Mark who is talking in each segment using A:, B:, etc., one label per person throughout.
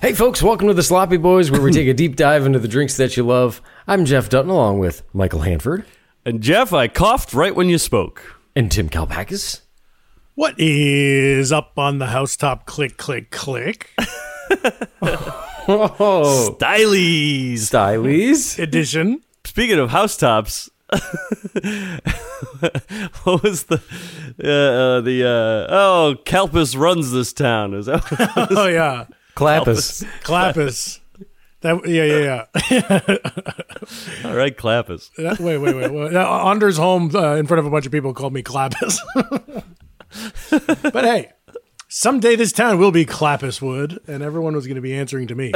A: Hey, folks, welcome to the Sloppy Boys, where we take a deep dive into the drinks that you love. I'm Jeff Dutton, along with Michael Hanford
B: And Jeff, I coughed right when you spoke.
A: and Tim Kalpakis.
C: What is up on the housetop? Click, click, click.
A: Oh,
B: Stylies.
A: stylies.
C: Edition.
B: Speaking of housetops, what was the uh, uh, the uh, oh Calpus runs this town? Is that
C: Oh, yeah.
A: Clappus.
C: Clappus. That, yeah, yeah, yeah.
B: all right? Clapus.
C: That- wait, wait, wait. wait. Uh, Anders Holm uh, in front of a bunch of people called me Clappus. but hey, someday this town will be Clappuswood, and everyone was going to be answering to me.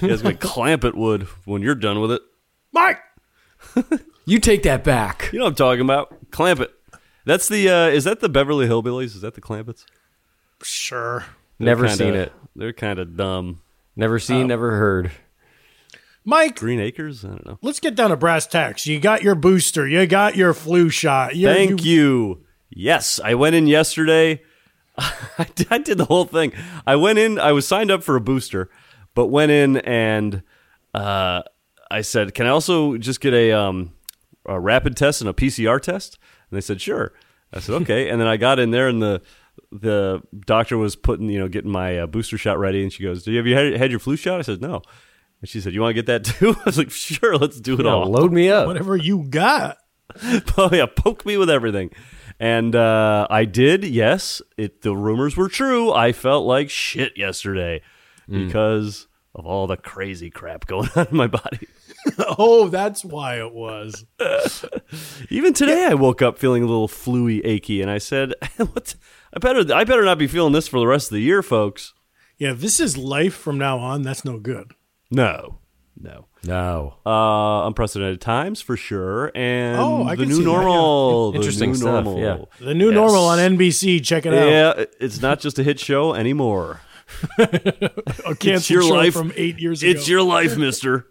B: You guys gonna clamp it wood when you're done with it.
C: Mike!
A: You take that back.
B: You know what I'm talking about? Clamp it. That's the uh, is that the Beverly Hillbillies? Is that the Clampets?
C: Sure.
A: Never
B: Kinda-
A: seen it.
B: They're kind of dumb.
A: Never seen, never heard.
C: Mike,
B: Green Acres? I don't know.
C: let's get down to brass tacks. You got your booster. You got your flu shot. You,
B: Thank you. Yes, I went in yesterday. I did- I did the whole thing. I went in. I was signed up for a booster, but went in and uh, I said, "Can I also just get a, um, a rapid test and a PCR test?" And they said, "Sure." I said, "Okay." and then I got in there, and the the doctor was putting, you know, getting my uh, booster shot ready, and she goes, "Do you have you had, had your flu shot?" I said, "No." And she said, "You want to get that too?" I was like, "Sure, let's do it
A: Oh,
B: all."
A: load me up.
C: Whatever you got.
B: oh yeah, poke me with everything. And uh, I did, yes. It the rumors were true. I felt like shit yesterday
C: Hmm.
B: because of all the crazy crap going on in my body.
C: Oh, that's why it was.
B: Even today, I woke up feeling a little fluey, achy, and I said, "What? I better, I better not be feeling this for the rest of the year, folks."
C: Yeah, if this is life from now on. That's no good.
B: No, no.
A: No.
B: Uh, unprecedented times for sure, and
C: Oh, I
B: the
C: can
B: new
C: see that, yeah.
B: normal. the
A: Interesting
B: new
A: stuff,
B: normal.
A: yeah.
C: The new
B: Yes.
C: normal on NBC. Check it out.
B: Yeah, it- it's not just a hit show anymore.
C: a canceled
B: it's your
C: show
B: life.
C: from eight years ago.
B: It's your life, Mister.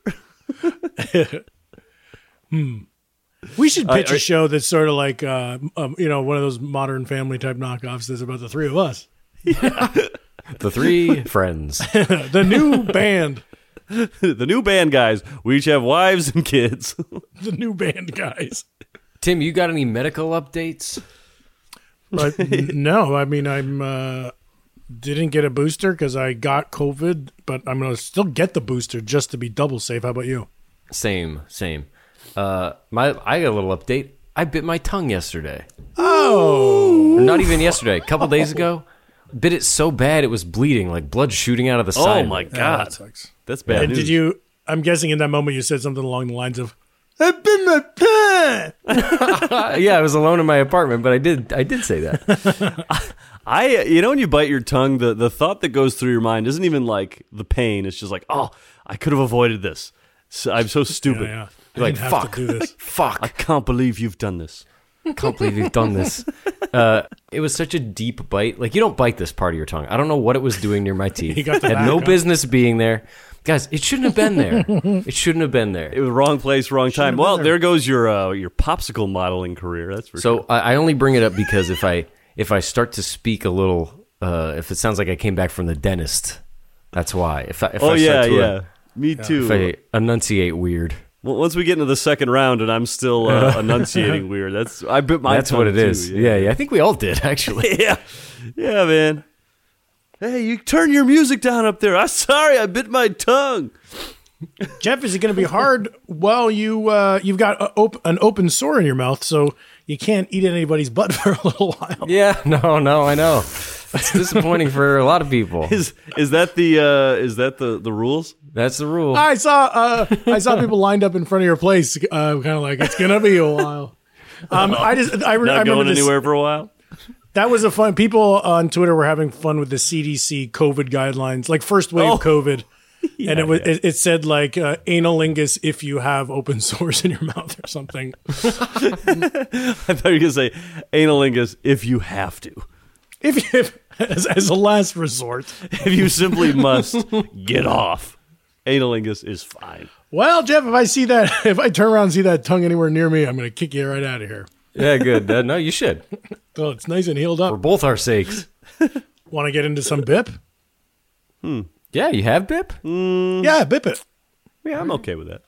C: we should pitch
B: I-
C: a show that's sort of like, uh, um, you know, one of those Modern Family type knockoffs that's about the three of us.
A: The three friends.
C: The new band,
B: the new band guys. We each have wives and kids.
C: the new band guys.
A: Tim, you got any medical updates?
C: But n- no, I mean, I'm uh, didn't get a booster because I got COVID, but I'm gonna still get the booster just to be double safe. How about you?
A: Same, same. Uh, my, I got a little update. I bit my tongue yesterday. Oh, not even yesterday. A couple days ago, bit it so bad it was bleeding, like blood shooting out of the
B: oh
A: side.
B: my
C: Ah,
B: god,
C: that sucks.
B: that's bad
C: And
B: news.
C: did you? I'm guessing in that moment you said something along the lines of, "I've been my pen."
A: Uh, yeah, I was alone in my apartment, but I did, I did say that.
B: I, you know, when you bite your tongue, the the thought that goes through your mind isn't even like the pain. It's just like, oh, I could have avoided this. So, I'm so stupid.
C: Yeah, I
A: like
C: didn't have
A: fuck,
C: to do this.
A: fuck.
B: I can't believe you've done this.
A: can't believe you've done this. Uh, it was such a deep bite. Like you don't bite this part of your tongue. I don't know what it was doing near my teeth.
C: got the
A: Had no
C: backup.
A: business being there, guys. It shouldn't have been there. It shouldn't have been there.
B: It was wrong place, wrong time. Well, there goes your uh, your popsicle modeling career. That's for sure.
A: So I, I only bring it up because if I if I start to speak a little, uh, if it sounds like I came back from the dentist, That's why. If I, if
B: Oh
A: I
B: yeah,
A: start to, uh,
B: yeah. Me too.
A: If I enunciate weird,
B: Well, once we get into the second round and I'm still uh, enunciating weird, that's I bit my.
A: that's what
B: tongue,
A: it is.
B: too,
A: yeah. yeah, I think we all did actually.
B: yeah, yeah, man. Hey, you turn your music down up there. I'm sorry, I bit my tongue.
C: Jeff, is it going to be hard? well, you uh, you've got a op- an open sore in your mouth, so you can't eat at anybody's butt for a little while.
A: yeah, no, no, I know. It's disappointing for a lot of people.
B: Is is that the uh, is that the the rules?
A: That's the rule.
C: I saw uh, I saw people lined up in front of your place, uh, kind of like it's going to be a while. Um, I just I, re- I
B: Not
C: remember
B: going
C: this,
B: anywhere for a while.
C: That was a fun. People on Twitter were having fun with the CDC COVID guidelines, like first wave
B: Oh.
C: COVID, and it was it, it said like uh, analingus if you have open sores in your mouth or something.
B: I thought you were gonna say analingus if you have to,
C: if, if as, as a last resort.
B: if you simply must get off. Analingus is fine.
C: Well, Jeff, if I see that, if I turn around and see that tongue anywhere near me, I'm going to kick you right out of here.
A: yeah, good. Uh, no, you should
C: So it's nice and healed
A: for
C: up.
A: both our sakes.
C: Want to get into some bip?
A: Yeah, you have Bip.
C: Yeah, bip it.
B: Yeah, I'm okay with that.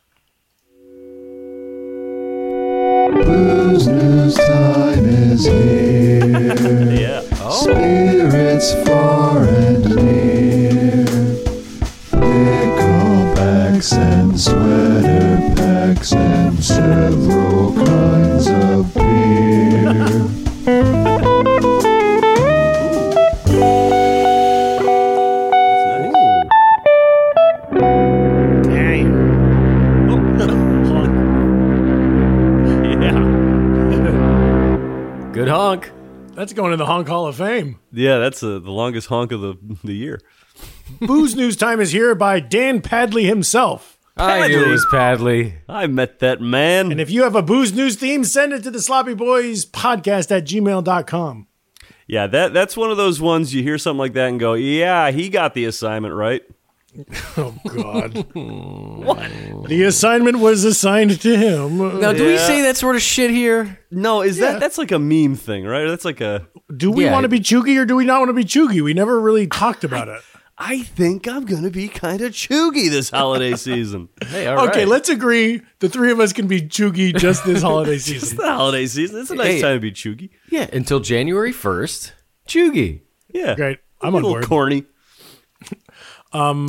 B: Yeah.
D: Spirits far and near. Picklebacks and sweater packs and several kinds of beer.
B: Yeah.
A: Good honk.
C: That's going in the Hong Hall of Fame.
B: Yeah, that's uh, the longest honk of the the year.
C: Booze News Time is here by Dan Padley himself.
A: I knew it was Padley.
B: I met that man.
C: And if you have a Booze News theme, send it to the Sloppy Boys podcast at gmail.com.
B: yeah, that that's one of those ones you hear something like that and go, "Yeah, he got the assignment right."
C: Oh, God. what? The assignment was assigned to him.
A: Now, do we
B: Yeah.
A: say that sort of shit here?
B: No, is
C: Yeah.
B: that that's like a meme thing, right? That's like a
C: Do we
A: Yeah.
C: want to be Choogy or do we not want to be Choogy? We never really talked about it.
B: I think I'm going to be kind of choogy this holiday season.
A: Hey, all
C: Okay,
A: right.
C: let's agree the three of us can be Choogy just this holiday season.
B: It's the holiday season. It's a nice
A: Hey.
B: time to be choogy.
A: Yeah, until January first. Jugi.
B: Yeah.
C: Great. I'm
B: a
C: on
B: little
C: board.
B: corny.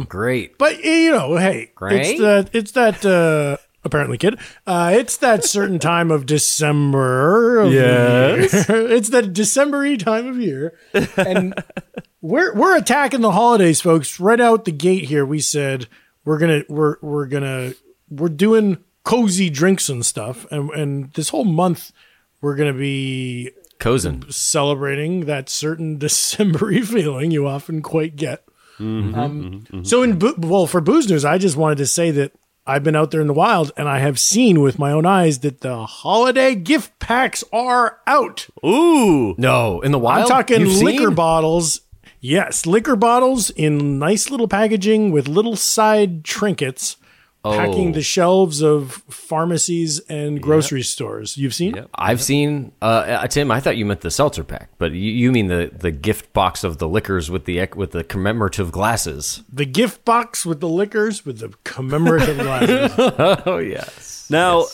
A: Great.
C: But eh, you know, hey,
A: Great.
C: it's that it's that uh apparently kid. Uh it's that certain time of December of yes. it's that Decembery time of year. And we're we're attacking the holidays, folks. Right out the gate here, we said we're gonna we're we're gonna we're doing cozy drinks and stuff. And and this whole month we're gonna be
A: Cozen.
C: celebrating that certain Decembery feeling you often quite get.
A: Mm-hmm,
C: Um, So in boo- well for booze news, I just wanted to say that I've been out there in the wild and I have seen with my own eyes that the holiday gift packs are out.
B: Ooh.
A: No, in the wild.
C: I'm talking
A: You've
C: liquor
A: seen?
C: bottles. Yes, liquor bottles in nice little packaging with little side trinkets. Packing
A: Oh.
C: the shelves of pharmacies and grocery stores. You've seen?
A: I've seen uh, uh, Tim. I thought you meant the seltzer pack, but you, you mean the, the gift box of the liquors with the ec- with the commemorative glasses.
C: The gift box with the liquors with the commemorative glasses.
A: Oh yes.
B: Now,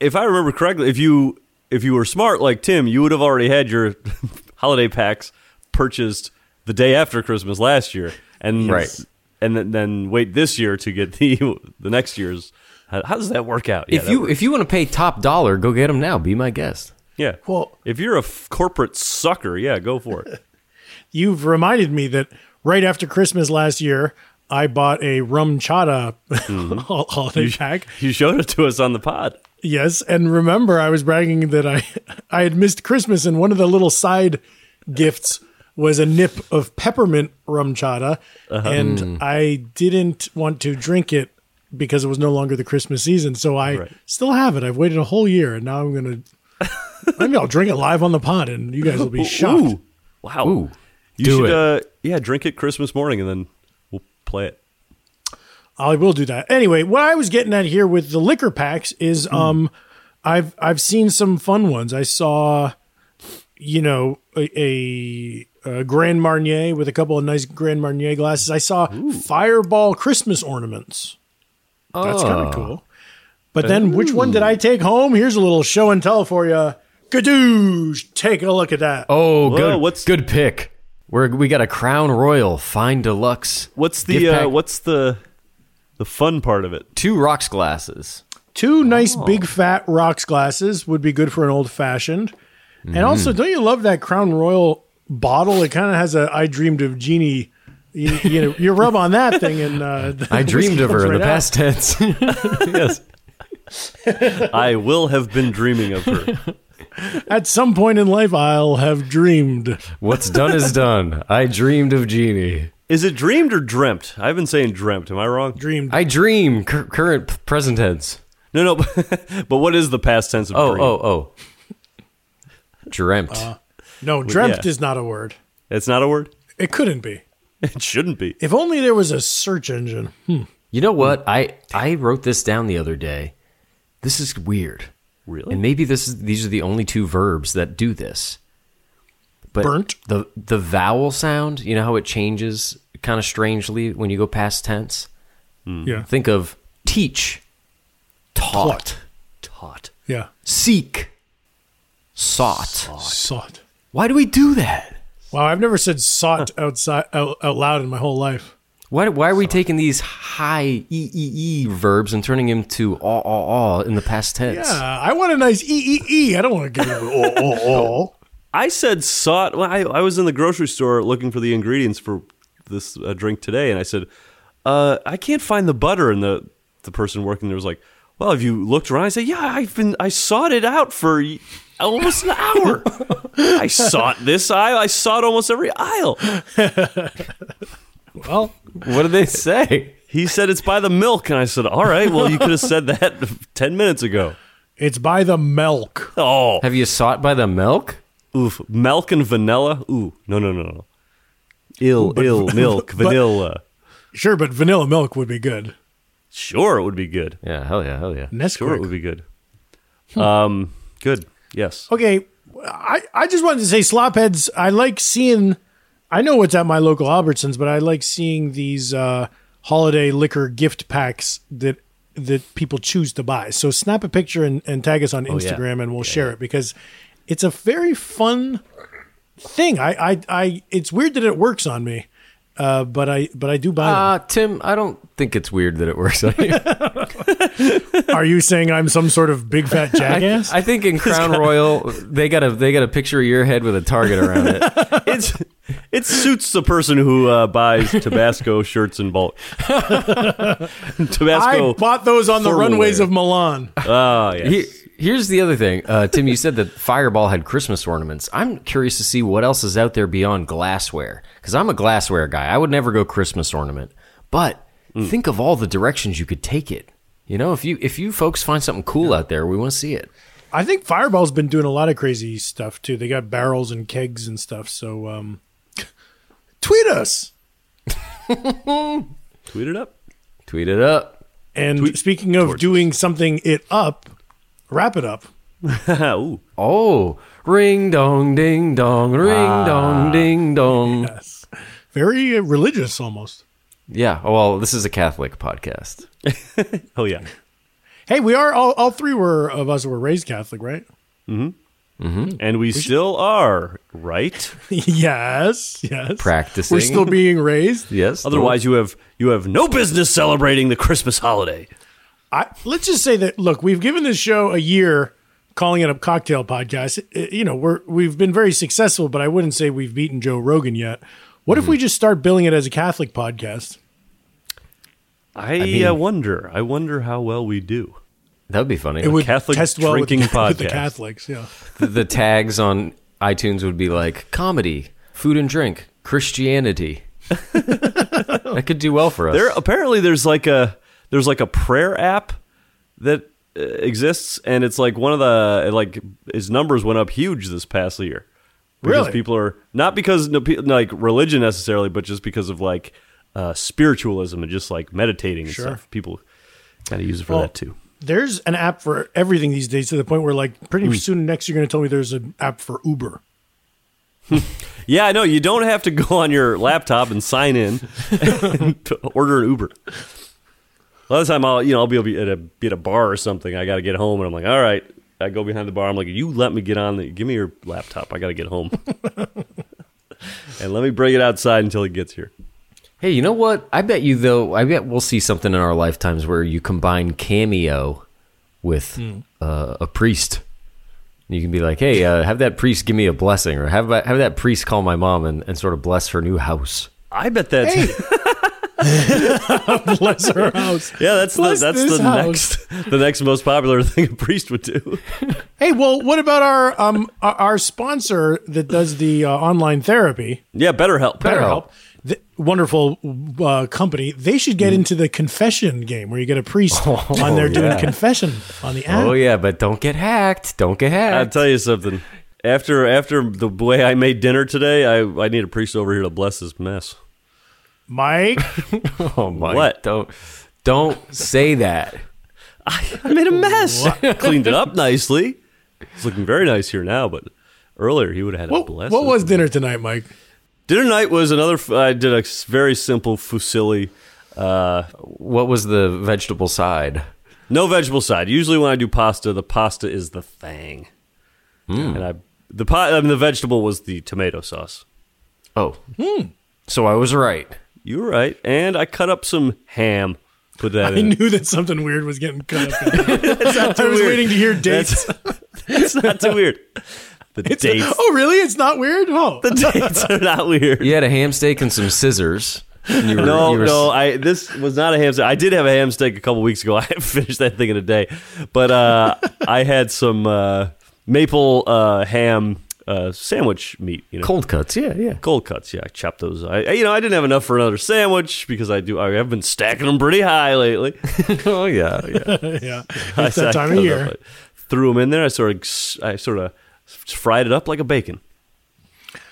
B: if I remember correctly, if you if you were smart like Tim, you would have already had your holiday packs purchased the day after Christmas last year, and
A: Right.
B: and then, then wait this year to get the the next year's. How, how does that work out? Yeah,
A: if
B: that
A: you
B: works.
A: if you want to pay top dollar, go get them now. Be my guest.
B: yeah,
C: Well-
B: if you're a f- corporate sucker, yeah, go for it.
C: You've reminded me that right after Christmas last year, I bought a rum chata hol- holiday pack.
B: Mm-hmm. you showed it to us on the pod.
C: Yes, and remember, I was bragging that I I had missed Christmas, and one of the little side gifts was a nip of peppermint rum chata,
B: Uh-huh. Mm.
C: and I didn't want to drink it because it was no longer the Christmas season. So I
B: Right.
C: still have it. I've waited a whole year, and now I'm gonna. Maybe I'll drink it live on the pod, and you guys will be shocked.
B: Ooh, wow.
A: Ooh,
B: you
A: do
B: should,
A: it.
B: Uh, yeah, drink it Christmas morning, and then we'll play it.
C: I will do that. Anyway, what I was getting at here with the liquor packs is um I've I've seen some fun ones. I saw you know a, a uh, Grand Marnier with a couple of nice Grand Marnier glasses. I saw Fireball Christmas ornaments. That's kind of cool. But then, which one did I take home? Here's a little show and tell for you. Gadoosh! Take a look at that.
A: Oh,
B: Whoa,
A: good.
B: what's-
A: good pick? We're, we got a Crown Royal Fine Deluxe.
B: What's the
A: Gift
B: uh,
A: pack.
B: what's the the fun part of it?
A: Two rocks glasses.
C: Two nice big fat rocks glasses would be good for an old fashioned.
A: Mm-hmm.
C: And also, don't you love that Crown Royal bottle? It kind of has a "I dreamed of Jeannie." You, you know, you rub on that thing, and uh, the
A: I dreamed
C: whiskey
A: of her
C: comes
A: in
C: right out.
A: the past tense. yes.
B: I will have been dreaming of her.
C: At some point in life, I'll have dreamed.
A: What's done is done. I dreamed of Jeannie.
B: Is it dreamed or dreamt? I've been saying dreamt. Am I wrong?
C: Dreamed.
A: I dream cur- current p- present tense.
B: No, no. but what is the past tense of
A: Oh,
B: dream?
A: oh, oh.
B: oh.
A: Dreamt.
C: no, dreamt
B: yeah.
C: is not a word.
B: It's not a word.
C: It couldn't be.
B: It shouldn't be.
C: If only there was a search engine.
A: you know what? I I wrote this down the other day. This is weird.
B: Really?
A: And maybe this is these are the only two verbs that do this. But
C: Burnt?
A: the the vowel sound, you know how it changes kind of strangely when you go past tense?
C: Yeah,
A: Think of teach, taught, taught,
C: yeah.
A: seek, sought.
C: Sought.
A: Why do we do that?
C: Wow, I've never said sought outside out, out loud in my whole life.
A: Why, why are we taking these high e e e verbs and turning them to aw aw aw in the past tense?
C: Yeah, I want a nice e e e. I don't want to get it. Oh, oh, oh.
B: I said sought. Well, I, I was in the grocery store looking for the ingredients for this uh, drink today, and I said, uh, "I can't find the butter." And the the person working there was like, "Well, have you looked around?" I said, "Yeah, I've been. I sought it out for y- almost an hour. I sought this aisle. I sought almost every aisle."
C: Well,
A: What do they say?
B: He said, "It's by the milk," and I said, "All right. Well, you could have said that ten minutes ago."
C: it's by the milk.
B: Oh,
A: Have you sought by the milk?
B: oof, milk and vanilla. Ooh, no, no, no, no. Ill,
C: But-
B: ill, milk,
C: but-
B: vanilla.
C: Sure, but vanilla milk would be good.
B: Sure, it would be good.
A: Yeah, hell yeah, hell yeah.
C: Nesquik.
B: Sure, it would be good. Um, good. Yes.
C: Okay, I, I just wanted to say, slopheads. I like seeing. I know what's at my local Albertsons, but I like seeing these uh, holiday liquor gift packs that that people choose to buy. So snap a picture and, and tag us on Instagram, and we'll share it because it's a very fun thing. I, I, I it's weird that it works on me, uh, but I but I do buy. them.
A: Uh, Tim, I don't think it's weird that it works on you.
C: Are you saying I'm some sort of big fat jackass?
A: I think in Crown Royal they got a they got a picture of your head with a target around it.
B: It's it suits the person who uh, buys Tabasco shirts in bulk.
C: I
B: Tabasco.
C: bought those on the
B: formal
C: runways
B: wear.
C: of Milan.
B: Ah, yes.
A: Here- here's the other thing, uh, Tim. You said that Fireball had Christmas ornaments. I'm curious to see what else is out there beyond glassware, because I'm a glassware guy. I would never go Christmas ornament, but think of all the directions you could take it. You know, if you if you folks find something cool out there, we want to see it.
C: I think Fireball's been doing a lot of crazy stuff too. They got barrels and kegs and stuff. So um, tweet us.
B: Tweet it up.
A: Tweet it up.
C: And speaking of doing something it up, wrap it up.
B: Ooh.
A: Oh, ring dong, ding dong, ring
C: Ah,
A: dong, ding dong. Yeah.
C: Very uh, religious almost.
A: Oh, well, this is a Catholic podcast.
B: Oh yeah.
C: Hey, we are all, all three were of us were raised Catholic, right?
B: And we still are right.
C: yes, yes.
A: Practicing.
C: We're still being raised.
A: yes.
B: Otherwise, you have you have no business celebrating the Christmas holiday.
C: I, let's just say that look, we've given this show a year calling it a cocktail podcast. I- you know, we're we've been very successful, but I wouldn't say we've beaten Joe Rogan yet. What if we just start billing it as a Catholic podcast?
B: I, uh, wonder. I wonder how well we do.
A: that would be funny.
C: It would
B: Catholic
C: test well with,
B: drinking
C: with the
B: podcast.
C: Catholics. Yeah,
A: the tags on iTunes would be like comedy, food and drink, Christianity. that could do well for us.
B: There apparently there's like a there's like a prayer app that uh, exists, and it's like one of the it, like his numbers went up huge this past year. Because
C: Really?
B: people are not because no, pe- like religion necessarily, but just because of like uh, spiritualism and just like meditating and
C: Sure.
B: stuff. People kind of use it for
C: Well,
B: that too.
C: there's an app for
B: Mm.
C: everything these days to the point where like pretty soon next you're going to tell me there's an app for Uber.
B: Yeah, I know. You don't have to go on your laptop and sign in and to order an Uber. A lot of the time, I'll you know I'll be, I'll be at a be at a bar or something. I got to get home, and I'm like, all right. I go behind the bar. I'm like, you let me get on the. Give me your laptop. I got to get home, and let me bring it outside until it gets here.
A: Hey, you know what? I bet you though. I bet we'll see something in our lifetimes where you combine cameo with
B: Hmm.
A: uh, a priest. You can be like, "Hey, uh, have that priest give me a blessing," or "Have that- have that priest call my mom and, and sort of bless her new house."
B: I bet that's
C: Bless her house.
B: yeah. That's the,
C: Bless
B: that's
C: this
B: the
C: house.
B: next the next most popular thing a priest would do.
C: Hey, well, what about our um our- our sponsor that does the uh, online therapy,
B: Yeah, BetterHelp.
C: BetterHelp? The wonderful uh, company. They should
B: Mm.
C: get into the confession game where you get a priest
B: Oh,
C: on there doing confession on the app.
A: Oh yeah, but don't get hacked. Don't get
B: I'll
A: hacked.
B: tell you something. After after the way I made dinner today, I, I need a priest over here to bless this mess.
C: Mike,
A: oh my!
B: What?
A: Don't don't say that.
B: I made a mess. Cleaned it up nicely. It's looking very nice here now, but earlier he would have had a
C: what,
B: bless.
C: what
B: it.
C: was dinner tonight, Mike?
B: dinner night? Was another. f- I did a s- very simple fusilli. Uh,
A: What was the vegetable side?
B: no vegetable side. Usually when I do pasta, the pasta is the thing,
C: Hmm.
B: and I the pot. I mean, the vegetable was the tomato sauce.
A: Oh, so I was right.
B: You were right, and I cut up some ham. Put that
C: I
B: in.
C: knew that something weird was getting cut up. I was
B: weird.
C: waiting to hear dates.
B: It's not too weird. The dates.
C: oh, really? It's not weird? Oh,
B: The dates are not weird.
A: You had a ham steak and some scissors. and you were-
B: No,
A: you were-
B: no, I this was not a ham steak. I did have a ham steak a couple weeks ago. I finished that thing in a day, but uh, I had some uh, maple uh, ham uh, sandwich meat. You know,
A: cold cuts. Yeah, yeah.
B: cold cuts. Yeah, I chopped those. I I- you know I didn't have enough for another sandwich because I do. I have been stacking them pretty high lately.
A: oh yeah, yeah.
C: yeah.
B: I
C: It's that
B: sacked
C: time of
B: those
C: year.
B: up. I threw them in there. I sort of I sort of fried it up like a bacon.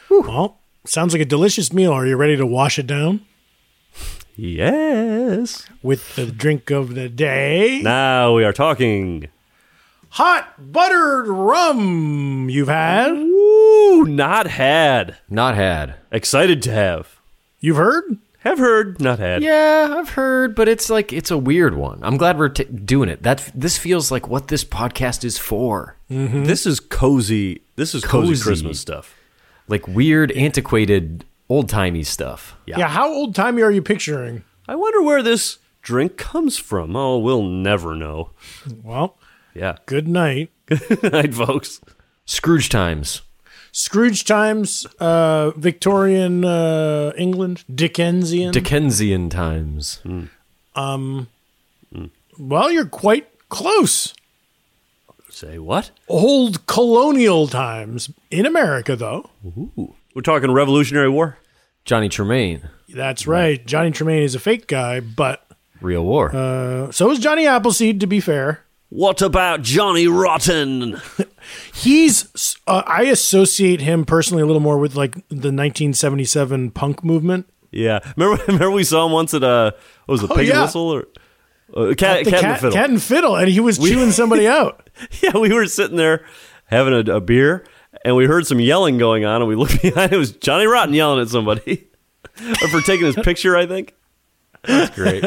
C: Well, sounds like a delicious meal. Are you ready to wash it down
B: Yes.
C: with the drink of the day?
B: Now we are talking.
C: Hot buttered rum you've had?
B: Ooh, not had.
A: Not had.
B: Excited to have.
C: You've heard?
B: Have heard, not had.
A: Yeah, I've heard, but it's like it's a weird one. I'm glad we're t- doing it. That this feels like what this podcast is for.
B: This is cozy. This is cozy,
A: Cozy.
B: Christmas stuff.
A: Like weird, antiquated, old timey stuff.
B: Yeah.
C: Yeah. how old timey are you picturing?
B: I wonder where this drink comes from. Oh, we'll never know.
C: Well,
B: Yeah.
C: good night.
B: Good night, folks.
A: Scrooge times.
C: Scrooge times, uh, Victorian uh, England, Dickensian. Um,
A: Dickensian times.
C: well, you're quite close.
B: Say what?
C: Old colonial times in America, though.
B: We're talking Revolutionary War.
A: Johnny Tremaine.
C: That's right. Johnny Tremaine is a fake guy, but
A: Real war.
C: so is Johnny Appleseed, to be fair.
B: Uh, What about Johnny Rotten?
C: He's, uh, I associate him personally a little more with like the 1977 punk movement.
B: Yeah. Remember, remember we saw him once at uh, what was it, Pig and
C: yeah.
B: Whistle or uh, Cat,
C: The
B: Cat, and the Fiddle?
C: Cat and Fiddle, and he was chewing somebody out.
B: Yeah, we were sitting there having a, a beer, and we heard some yelling going on, and we looked behind. It was Johnny Rotten yelling at somebody Or for taking his picture, I think.
A: That's great.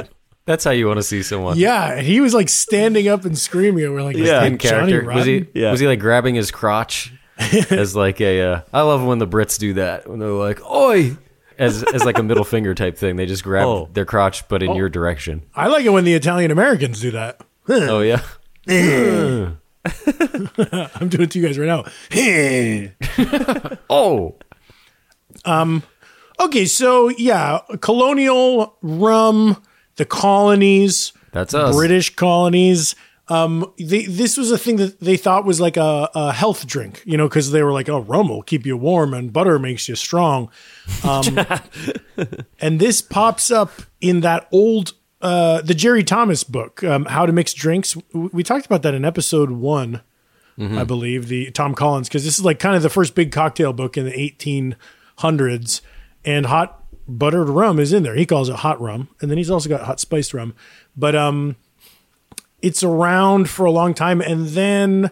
A: That's how you want to see someone.
C: Yeah, and he was like standing up and screaming. And we're like,
B: Yeah.
C: yeah,
A: In character. Was he?
B: Yeah.
A: Was he like grabbing his crotch as like a? Uh, I love when the Brits do that when they're like, "Oi." As, as like a middle finger type thing, they just grab
B: Oh.
A: their crotch, but in your direction.
C: I like it when the Italian Americans do that.
A: Oh yeah,
C: I'm doing it to you guys right now.
A: Oh,
C: okay, so yeah, colonial rum, the colonies.
A: that's us.
C: British colonies. Um, they, this was a thing that they thought was like a, a health drink, you know, because they were like, "Oh, rum will keep you warm and butter makes you strong." Um, and this pops up in that old uh, the Jerry Thomas book, um, "How to Mix Drinks." W- We talked about that in episode one, I believe, the Tom Collins, because this is like kind of the first big cocktail book in the 1800s, and hot buttered rum is in there. He calls it hot rum, and then he's also got hot spiced rum, but um it's around for a long time and then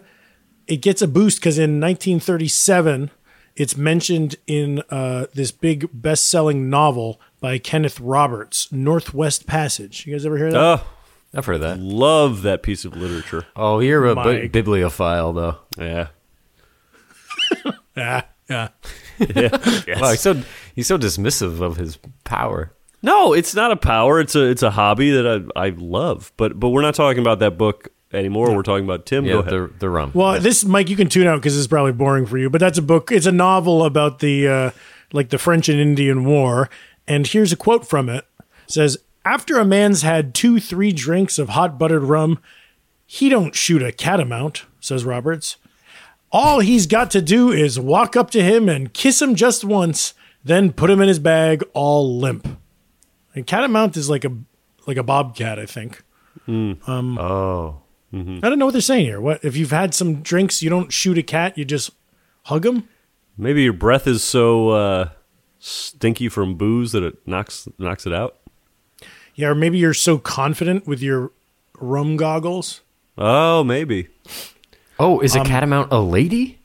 C: it gets a boost because in 1937 It's mentioned in uh, this big best-selling novel by Kenneth Roberts, Northwest Passage. You guys ever hear that?
B: Oh,
A: I've heard that.
B: love that piece of literature.
A: Oh, you're a bi-
C: Mike.
A: bibliophile, though.
B: Yeah.
C: yeah, yeah.
A: Wow, he's so he's so dismissive of his power.
B: No, it's not a power. It's a it's a hobby that I I love. But but we're not talking about that book anymore. We're talking about Tim. Go
A: Yeah,
B: ahead.
A: the the rum.
C: Well, this Mike, you can tune out because it's probably boring for you. But that's a book. It's a novel about the uh, like the French and Indian War. And here's a quote from it. It says, "After a man's had two, three drinks of hot buttered rum, he don't shoot a catamount," says Roberts. All he's got to do is walk up to him and kiss him just once, then put him in his bag, all limp. And catamount is like a like a bobcat, I think.
A: oh,
C: I don't know what they're saying here. What if you've had some drinks? You don't shoot a cat. You just hug him.
B: Maybe your breath is so uh, stinky from booze that it knocks knocks it out.
C: Yeah, or maybe you're so confident with your rum goggles.
B: Oh, maybe.
A: oh, is a catamount a lady?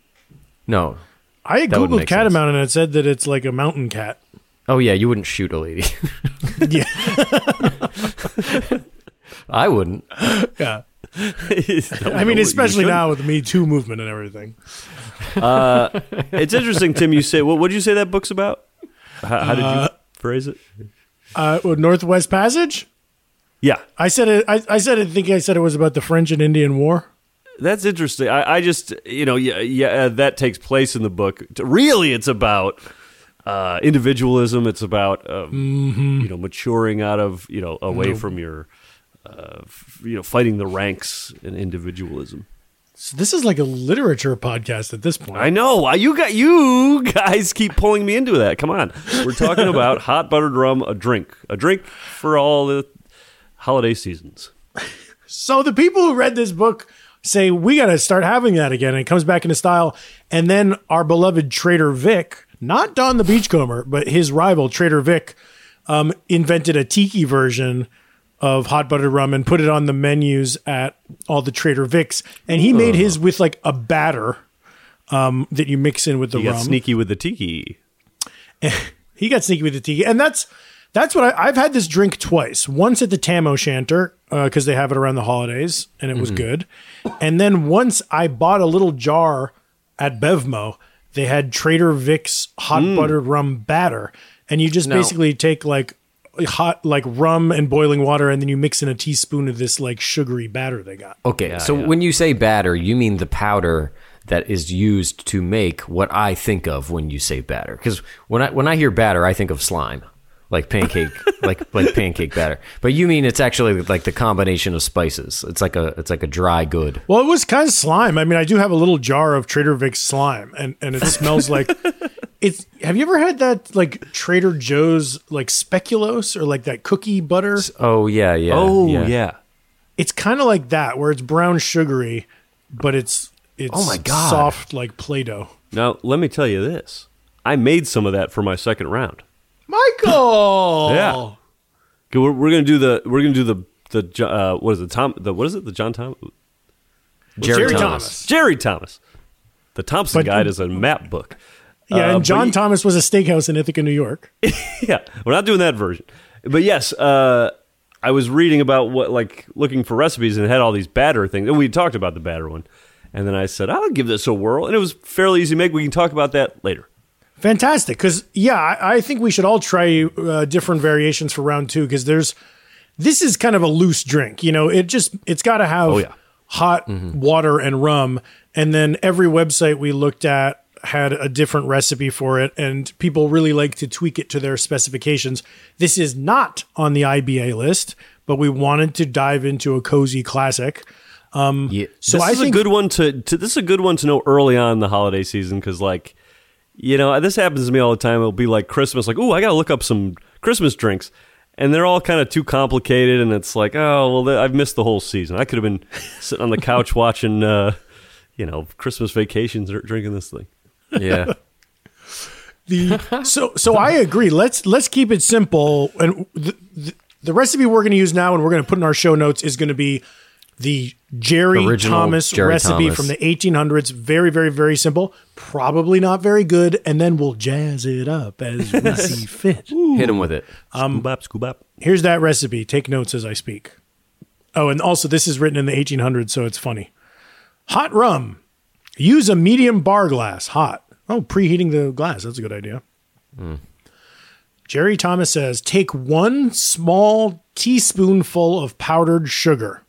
A: No.
C: I
A: That would
C: googled
A: make sense.
C: catamount and it said that it's like a mountain cat.
A: Oh yeah, you wouldn't shoot a lady.
C: Yeah,
A: I wouldn't.
C: yeah. I
B: I
C: mean, especially now with the Me Too movement and everything.
B: It's interesting, Tim. You say what? What did you say that book's about? How, how did you phrase it?
C: Uh, with Northwest Passage.
B: Yeah,
C: I said it. I, I said it. Thinking I said it was about the French and Indian War.
B: that's interesting. I, I just you know yeah yeah uh, that takes place in the book. T- Really, it's about uh, individualism. It's about um, you know maturing out of you know away from your uh, f- you know fighting the ranks and individualism.
C: So this is like a literature podcast at this point.
B: I know. I- You got you guys keep pulling me into that. Come on. We're talking about hot buttered rum, a drink, a drink for all the holiday seasons.
C: So the people who read this book say we got to start having that again, and it comes back into style. And then our beloved Trader Vic, not Don the Beachcomber, but his rival Trader Vic, um, invented a tiki version of hot buttered rum and put it on the menus at all the Trader Vic's. And he made his with like a batter um, that you mix in with the
B: You
C: rum.
B: got sneaky with the tiki.
C: He got sneaky with the tiki, and that's that's what I, I've had this drink twice. Once at the Tam O'Shanter because they have it around the holidays, and it was good. And then once I bought a little jar at Bevmo. They had Trader Vic's hot buttered rum batter, and you just
A: No.
C: basically take like hot like rum and boiling water, and then you mix in a teaspoon of this like sugary batter they got.
A: Okay, so when you say batter, you mean the powder that is used to make what I think of when you say batter. Because when I when I hear batter, I think of slime, like pancake, like like pancake batter. But you mean it's actually like the combination of spices. It's like a it's like a dry good.
C: Well, it was kind of slime. I mean, I do have a little jar of Trader Vic's slime, and and it smells like it's. Have you ever had that like Trader Joe's like speculoos or like that cookie butter?
A: Oh yeah, yeah.
C: It's kind of like that, where it's brown sugary, but it's it's
A: Oh my God.
C: soft like Play-Doh.
B: Now, let me tell you this. I made some of that for my second round.
C: Michael,
B: Yeah. 'Kay, We're, we're going to do the we're going to do the the Jo- uh, what is it? Tom the what is it? The John Thomas
A: Jerry,
C: Jerry
A: Thomas.
C: Thomas.
B: Jerry Thomas. The Thompson
C: But-
B: Guide is a map book.
C: yeah,
B: Uh,
C: and
B: but
C: John
B: you-
C: Thomas was a steakhouse in Ithaca, New York.
B: yeah, we're not doing that version. But yes, uh, I was reading about what like looking for recipes and it had all these batter things, and we talked about the batter one. And then I said, I'll give this a whirl, and it was fairly easy to make. We can talk about that later.
C: Fantastic. Because, yeah, I, I think we should all try uh, different variations for round two because there's this is kind of a loose drink. You know, it just, it's got to have
B: Oh, yeah. Mm-hmm.
C: hot water and rum. And then every website we looked at had a different recipe for it. And people really like to tweak it to their specifications. This is not on the IBA list, but we wanted to dive into a cozy classic.
A: Yeah.
C: So
B: this
C: I
B: is
C: think
B: a good one to, to this is a good one to know early on in the holiday season because like you know this happens to me all the time. It'll be like Christmas, like oh I gotta look up some Christmas drinks, and they're all kind of too complicated, and it's like oh well th- I've missed the whole season. I could have been sitting on the couch watching uh, you know Christmas vacations or drinking this thing.
A: Yeah.
C: The- so so I agree. Let's let's keep it simple. And the, the, the recipe we're going to use now, and we're going to put in our show notes, is going to be the Jerry
A: Original
C: Thomas
A: Jerry
C: recipe
A: Thomas.
C: from the 1800s. Very, very, very simple. Probably not very good. And then we'll jazz it up as we see fit.
A: Hit him with it.
C: Um,
B: Scoobop, scoobop.
C: Here's that recipe. Take notes as I speak. Oh, and also, this is written in the 1800s, so it's funny. Hot rum. Use a medium bar glass. Hot. Oh, preheating the glass. That's a good idea.
A: Hmm.
C: Jerry Thomas says take one small teaspoonful of powdered sugar.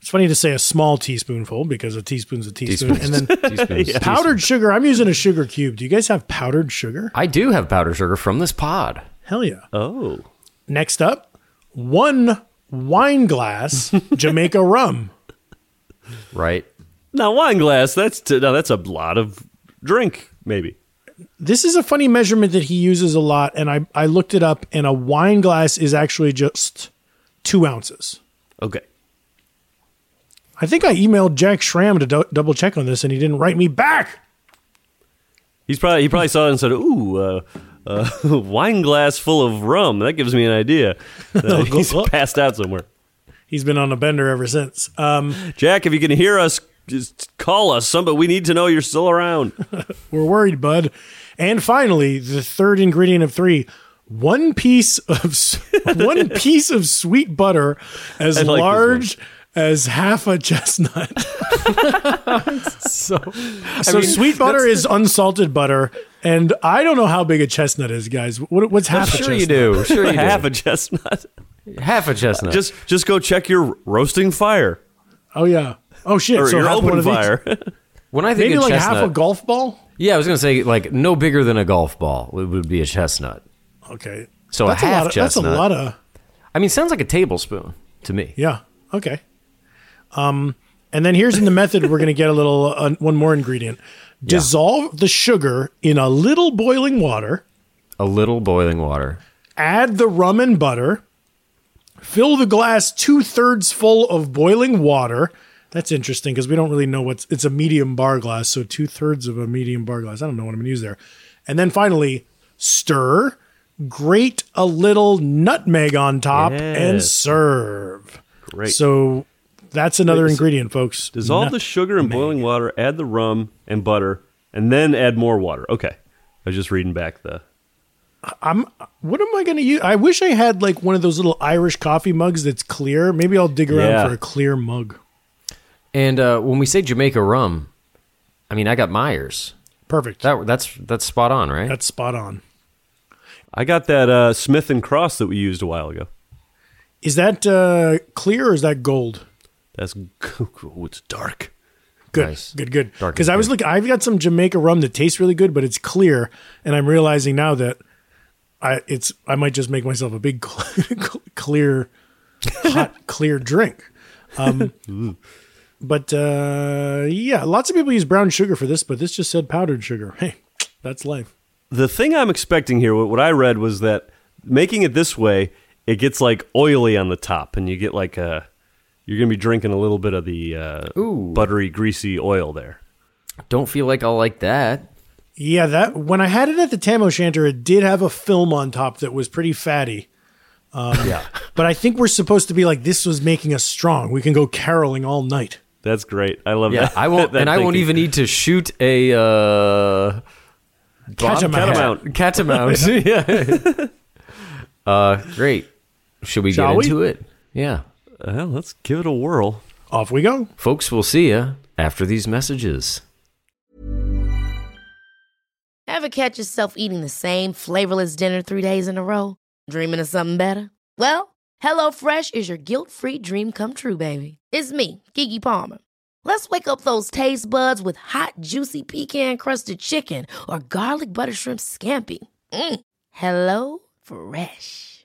C: It's funny to say a small teaspoonful because a teaspoon's a teaspoon.
A: Teaspoons.
C: And then
A: Teaspoons.
C: powdered sugar. I'm using a sugar cube. Do you guys have powdered sugar?
A: I do have powdered sugar from this pod.
C: Hell yeah.
B: Oh.
C: Next up, one wine glass Jamaica rum.
A: Right.
B: Now wine glass. That's t- now that's a lot of drink. Maybe
C: This is a funny measurement that he uses a lot, and I, I looked it up, and a wine glass is actually just two ounces.
B: okay.
C: I think I emailed Jack Schramm to dou- double check on this, and he didn't write me back.
B: He's probably he probably saw it and said, "Ooh, uh, uh, wine glass full of rum. That gives me an idea." that he's passed out somewhere.
C: He's been on a bender ever since. Um,
B: Jack, if you can hear us, just call us. Some, but we need to know you're still around.
C: we're worried, bud. And finally, the third ingredient of three: one piece of s- one piece of sweet butter as
B: I like this
C: large as half a chestnut.
A: So
C: So sweet butter is unsalted butter, and I don't know how big a chestnut is, guys. What, what's half a
A: sure
C: chestnut?
A: you do. Sure you do.
B: Half a chestnut.
A: Half a chestnut.
B: Just just go check your roasting fire
C: Oh yeah. Oh shit.
B: or
C: so
B: your
C: half one
B: open
C: of these-
B: fire.
A: when I think
C: Maybe
A: of
C: like
A: chestnut,
C: half a golf ball.
A: yeah, I was gonna say like no bigger than a golf ball would would be a chestnut.
C: Okay.
A: So
C: that's
A: a half
C: lot of,
A: chestnut.
C: That's a lot of
A: I mean, sounds like a tablespoon to me.
C: yeah. Okay. Um, and then here's in the method we're gonna get a little uh, one more ingredient. Dissolve the sugar in a little boiling water.
A: A little boiling water.
C: Add the rum and butter. Fill the glass two thirds full of boiling water. That's interesting because we don't really know what's. It's a medium bar glass, so two thirds of a medium bar glass. I don't know what I'm going to use there. And then finally, stir. Grate a little nutmeg on top and
B: Yes.
C: serve.
B: Great.
C: So that's another ingredient, folks.
B: Dissolve the sugar in boiling water, add the rum and butter, and then add more water. Okay. I was just reading back the.
C: What am I going to use? I wish I had like one of those little Irish coffee mugs that's clear. Maybe I'll dig around
B: Yeah.
C: for a clear mug.
A: And uh, when we say Jamaica rum, I mean I got Myers.
C: Perfect.
A: That that's that's spot on, right?
C: that's spot on.
B: I got that uh, Smith and Cross that we used a while ago.
C: Is that uh, clear or is that gold?
B: That's ooh, it's dark.
C: Good,
A: Nice.
C: good, good.
A: Dark
C: Because
A: and
C: I was looking, I've got some Jamaica rum that tastes really good, but it's clear, and I'm realizing now that I it's I might just make myself a big cl- clear, hot clear drink. Um, but uh, yeah, lots of people use brown sugar for this, but this just said powdered sugar. Hey, that's life.
B: The thing I'm expecting here, what what I read was that making it this way, it gets like oily on the top, and you get like a. You're gonna be drinking a little bit of the uh, buttery, greasy oil there.
A: Don't feel like I'll like that.
C: Yeah, that when I had it at the Tam O'Shanter, it did have a film on top that was pretty fatty. Um, yeah, but I think we're supposed to be like this was making us strong. We can go caroling all night.
B: That's great. I love
A: Yeah,
B: that.
A: I won't,
B: that
A: and I won't
B: thinking.
A: even need to shoot a uh,
C: Catamount.
A: Catamount. Catamount. yeah. Uh, great. Should we
C: Shall
A: get
C: we?
A: into it? Yeah,
B: Well, let's give it a whirl.
C: Off we go.
A: folks. We'll see you after these messages.
E: Ever catch yourself eating the same flavorless dinner three days in a row? Dreaming of something better? Well, HelloFresh is your guilt free dream come true, baby. It's me, Gigi Palmer. Let's wake up those taste buds with hot, juicy pecan crusted chicken or garlic butter shrimp scampi. Mm. Hello Fresh.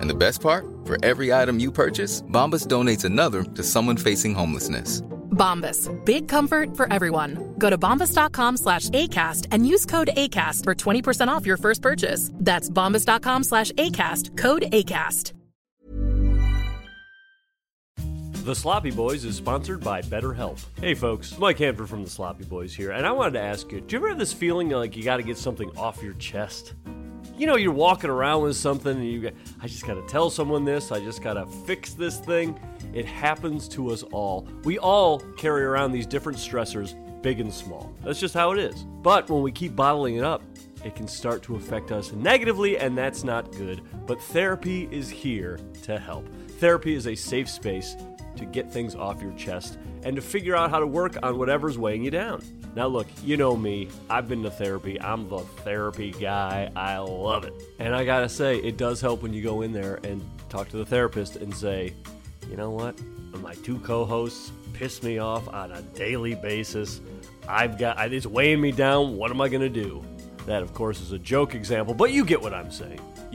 F: And the best part? For every item you purchase, Bombas donates another to someone facing homelessness.
G: Bombas. Big comfort for everyone. Go to bombas.com slash ACAST and use code ACAST for 20% off your first purchase. That's bombas.com slash ACAST. Code ACAST.
B: The Sloppy Boys is sponsored by BetterHelp. Hey folks, Mike Hanford from The Sloppy Boys here, and I wanted to ask you, do you ever have this feeling like you gotta get something off your chest? You know, you're walking around with something and you go, I just gotta tell someone this, I just gotta fix this thing. It happens to us all. We all carry around these different stressors, big and small. That's just how it is. But when we keep bottling it up, it can start to affect us negatively, and that's not good. But therapy is here to help. Therapy is a safe space to get things off your chest and to figure out how to work on whatever's weighing you down. Now, look, you know me. I've been to therapy. I'm the therapy guy. I love it. And I gotta say, it does help when you go in there and talk to the therapist and say, you know what? My two co-hosts piss me off on a daily basis. I've got I- it's weighing me down. What am I gonna do? That, of course, is a joke example, but you get what I'm saying.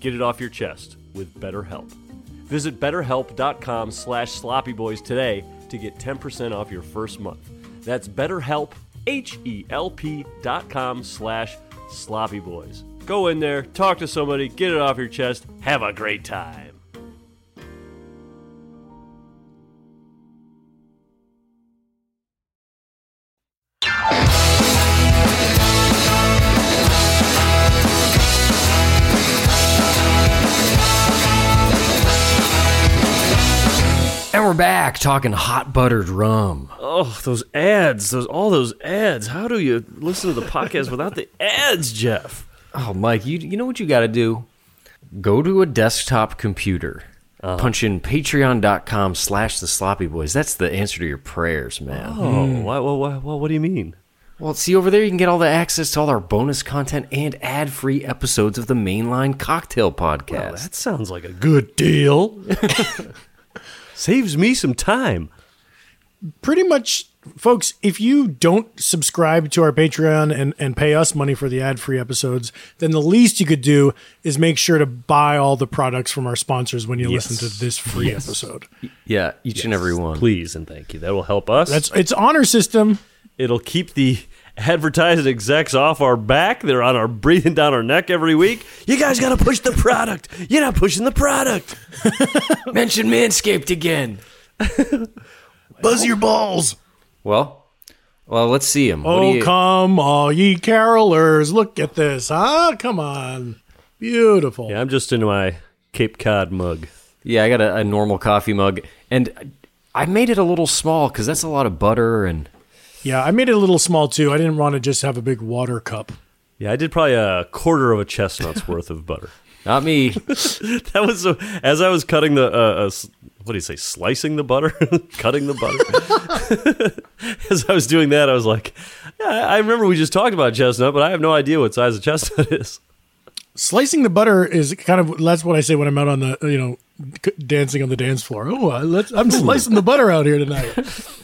B: get it off your chest with BetterHelp. Visit betterhelp.com slash sloppyboys today to get 10% off your first month. That's betterhelp, H-E-L-P dot com slash sloppyboys. Go in there, talk to somebody, get it off your chest, have a great time.
A: And we're back talking hot buttered rum.
B: Oh, those ads, those all those ads. How do you listen to the podcast without the ads, Jeff?
A: Oh, Mike, you you know what you got to do? Go to a desktop computer. Punch in patreon.com slash the sloppy boys. That's the answer to your prayers, man.
B: Oh, why, why, why, why, what do you mean?
A: Well, see over there, you can get all the access to all our bonus content and ad free episodes of the Mainline Cocktail Podcast.
B: That sounds like a good deal. Saves me some time.
C: pretty much folks if you don't subscribe to our patreon and, and pay us money for the ad-free episodes then the least you could do is make sure to buy all the products from our sponsors when you listen to this free episode
A: yeah, each and every one.
B: Please and thank you. That will help us.
C: that's it's honor system
B: It'll keep the advertising execs off our back. They're on our breathing down our neck every week. You guys got to push the product. You're not pushing the product.
A: Mention Manscaped again.
D: Buzz your balls.
A: Well, well, let's see him. What do
C: oh
A: you-
C: come all ye carolers look at this huh come on beautiful
B: Yeah, I'm just into my Cape Cod mug.
A: Yeah, I got a, a normal coffee mug, and I made it a little small because that's a lot of butter and
C: yeah i made it a little small too i didn't want to just have a big water cup
B: Yeah, I did probably a quarter of a chestnut's worth of butter.
A: not me.
B: That was uh, as I was cutting the uh, uh, s- what do you say, slicing the butter, cutting the butter. as I was doing that, I was like, yeah, I I remember we just talked about chestnut, but I have no idea what size a chestnut is.
C: slicing the butter is kind of that's what I say when I'm out on the you know c- dancing on the dance floor. Oh, I- let's, I'm slicing the butter out here tonight.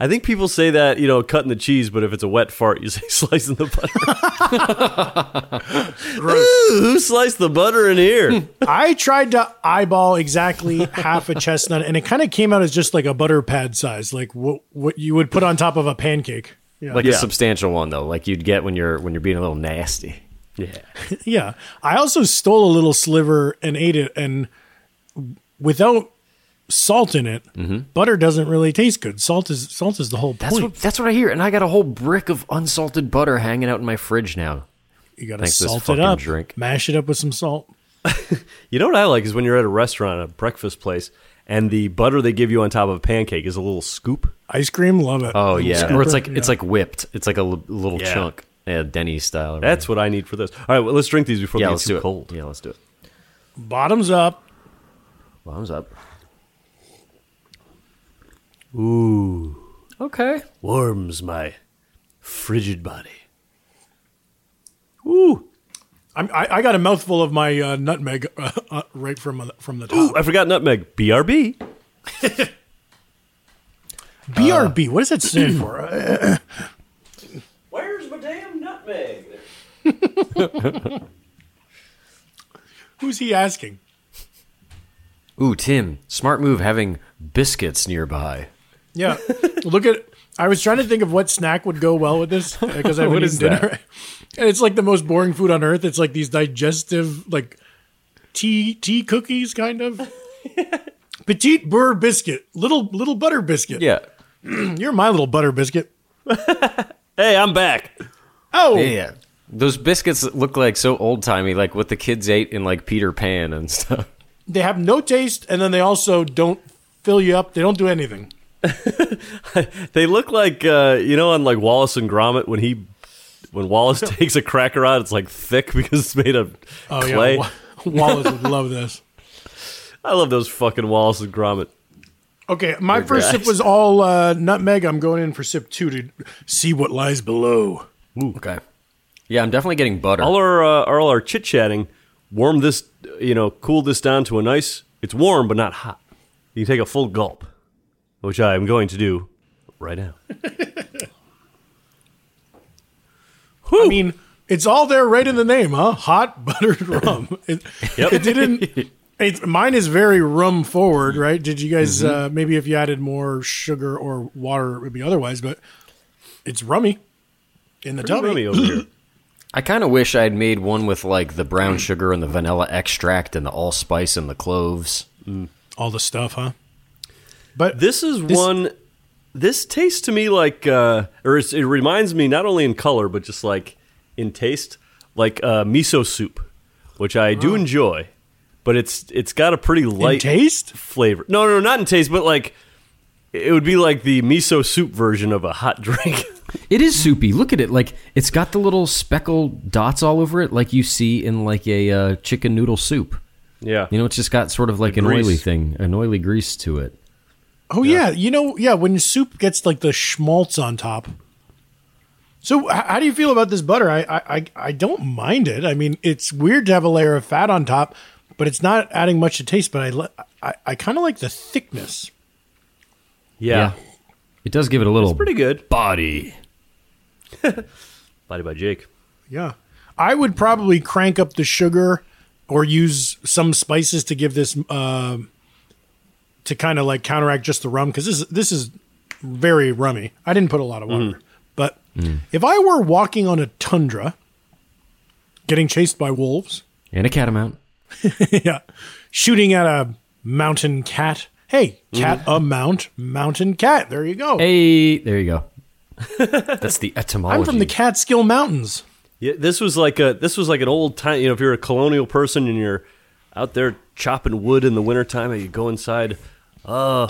B: I think people say that you know, cutting the cheese, but if it's a wet fart, you say slicing the butter. Ooh, who sliced the butter in here?
C: I tried to eyeball exactly half a chestnut, and it kind of came out as just like a butter pad size, like what what you would put on top of a pancake. Yeah.
A: like
B: Yeah.
A: a substantial one though, like you'd get when you're when you're being a little nasty.
C: yeah. I also stole a little sliver and ate it, and without salt in it, butter doesn't really taste good. Salt is salt is the whole
A: Mm-hmm. That's
C: point.
A: what that's what I hear, and I got a whole brick of unsalted butter hanging out in my fridge now.
C: you got to
A: thanks, this
C: salt it
A: fucking
C: up,
A: drink.
C: mash it up with some salt.
B: You know what I like is when you're at a restaurant, a breakfast place, and the butter they give you on top of a pancake is a little scoop.
C: Ice cream, love it.
A: Oh
C: Little
A: yeah,
C: scooper,
A: or it's like
C: yeah.
A: it's like whipped. It's like a l- little
B: Yeah.
A: chunk, yeah, Denny's style. or
B: That's what I need for this. All right, well, let's drink these before
A: whatever. yeah.
B: they
A: Let's
B: get
A: do
B: too
A: it.
B: cold.
A: Yeah, let's do it.
C: bottoms up.
A: Thumbs up.
B: Warms my frigid body.
C: I'm, I, I got a mouthful of my uh, nutmeg uh, uh, right from from the top.
B: Ooh, I forgot nutmeg. BRB.
A: uh,
C: BRB. what does that stand for? Uh,
B: Where's my damn nutmeg?
C: who's he asking?
A: Ooh, Tim, smart move having biscuits nearby.
C: Yeah. Look at. I was trying to think of what snack would go well with this because I haven't
A: What
C: eaten
A: is
C: dinner.
A: that?
C: And it's like the most boring food on earth. It's like these digestive like tea tea cookies kind of. Petite beurre biscuit, little little butter biscuit.
A: Yeah.
C: You're my little butter biscuit.
B: Hey, I'm back.
C: Oh,
A: Yeah. Those biscuits look like so old timey, like what the kids ate in like Peter Pan and stuff.
C: they have no taste, and then they also don't fill you up. They don't do anything.
B: They look like uh, you know on like Wallace and Gromit when he when Wallace takes a cracker out, it's like thick because it's made of clay.
C: Oh, Wa- Wallace would love this.
B: I love those fucking Wallace and Gromit.
C: Okay, my first sip was all uh, nutmeg. I'm going in for sip two to see what lies below.
A: Okay. Yeah, I'm definitely getting butter.
B: All our uh, all our chit chatting, warm this you know cool this down to a nice. It's warm but not hot. You can take a full gulp, which I am going to do right now.
C: I mean, it's all there right in the name, huh? Hot buttered rum. It, it didn't. It's, mine is very rum forward, right? Did you guys
B: Mm-hmm.
C: uh, maybe if you added more sugar or water, it would be otherwise, but it's rummy in the
B: Tell
C: tummy.
B: me over here.
A: I kind of wish I had made one with like the brown sugar and the vanilla extract and the allspice and the cloves.
C: All the stuff, huh? But
B: This is one. This tastes to me like, uh, or it's, it reminds me not only in color but just like in taste, like uh, miso soup, which I do enjoy, but it's it's got a pretty
C: Oh. in
B: light
C: taste,
B: flavor. No, no, not in taste, but like it would be like the miso soup version of a hot drink.
A: It is soupy. Look at it. Like it's got the little speckled dots all over it, like you see in like a uh, chicken noodle soup.
B: yeah,
A: You know, it's just got sort of like
B: The
A: an
B: grease.
A: oily thing, an oily grease to it.
C: Oh yeah. you know, yeah. When soup gets like the schmaltz on top. So h- how do you feel about this butter? I, I I- I don't mind it. I mean, it's weird to have a layer of fat on top, but it's not adding much to taste. But I li- I, I kind of like the thickness.
B: yeah,
A: It does give it a little
B: pretty good.
A: body.
B: Body by Jake.
C: Yeah, I would probably crank up the sugar or use some spices to give this um to kind of like counteract just the rum because this this is very rummy. I didn't put a lot of water, but if I were walking on a tundra, getting chased by wolves,
A: And a catamount.
C: yeah, shooting at a mountain cat. Hey, cat a mount, mountain cat. There you go.
A: Hey, there you go. That's the etymology.
C: I'm from the Catskill Mountains.
B: Yeah, this was like a this was like an old time. You know, if you're a colonial person and you're out there chopping wood in the wintertime and you go inside, uh,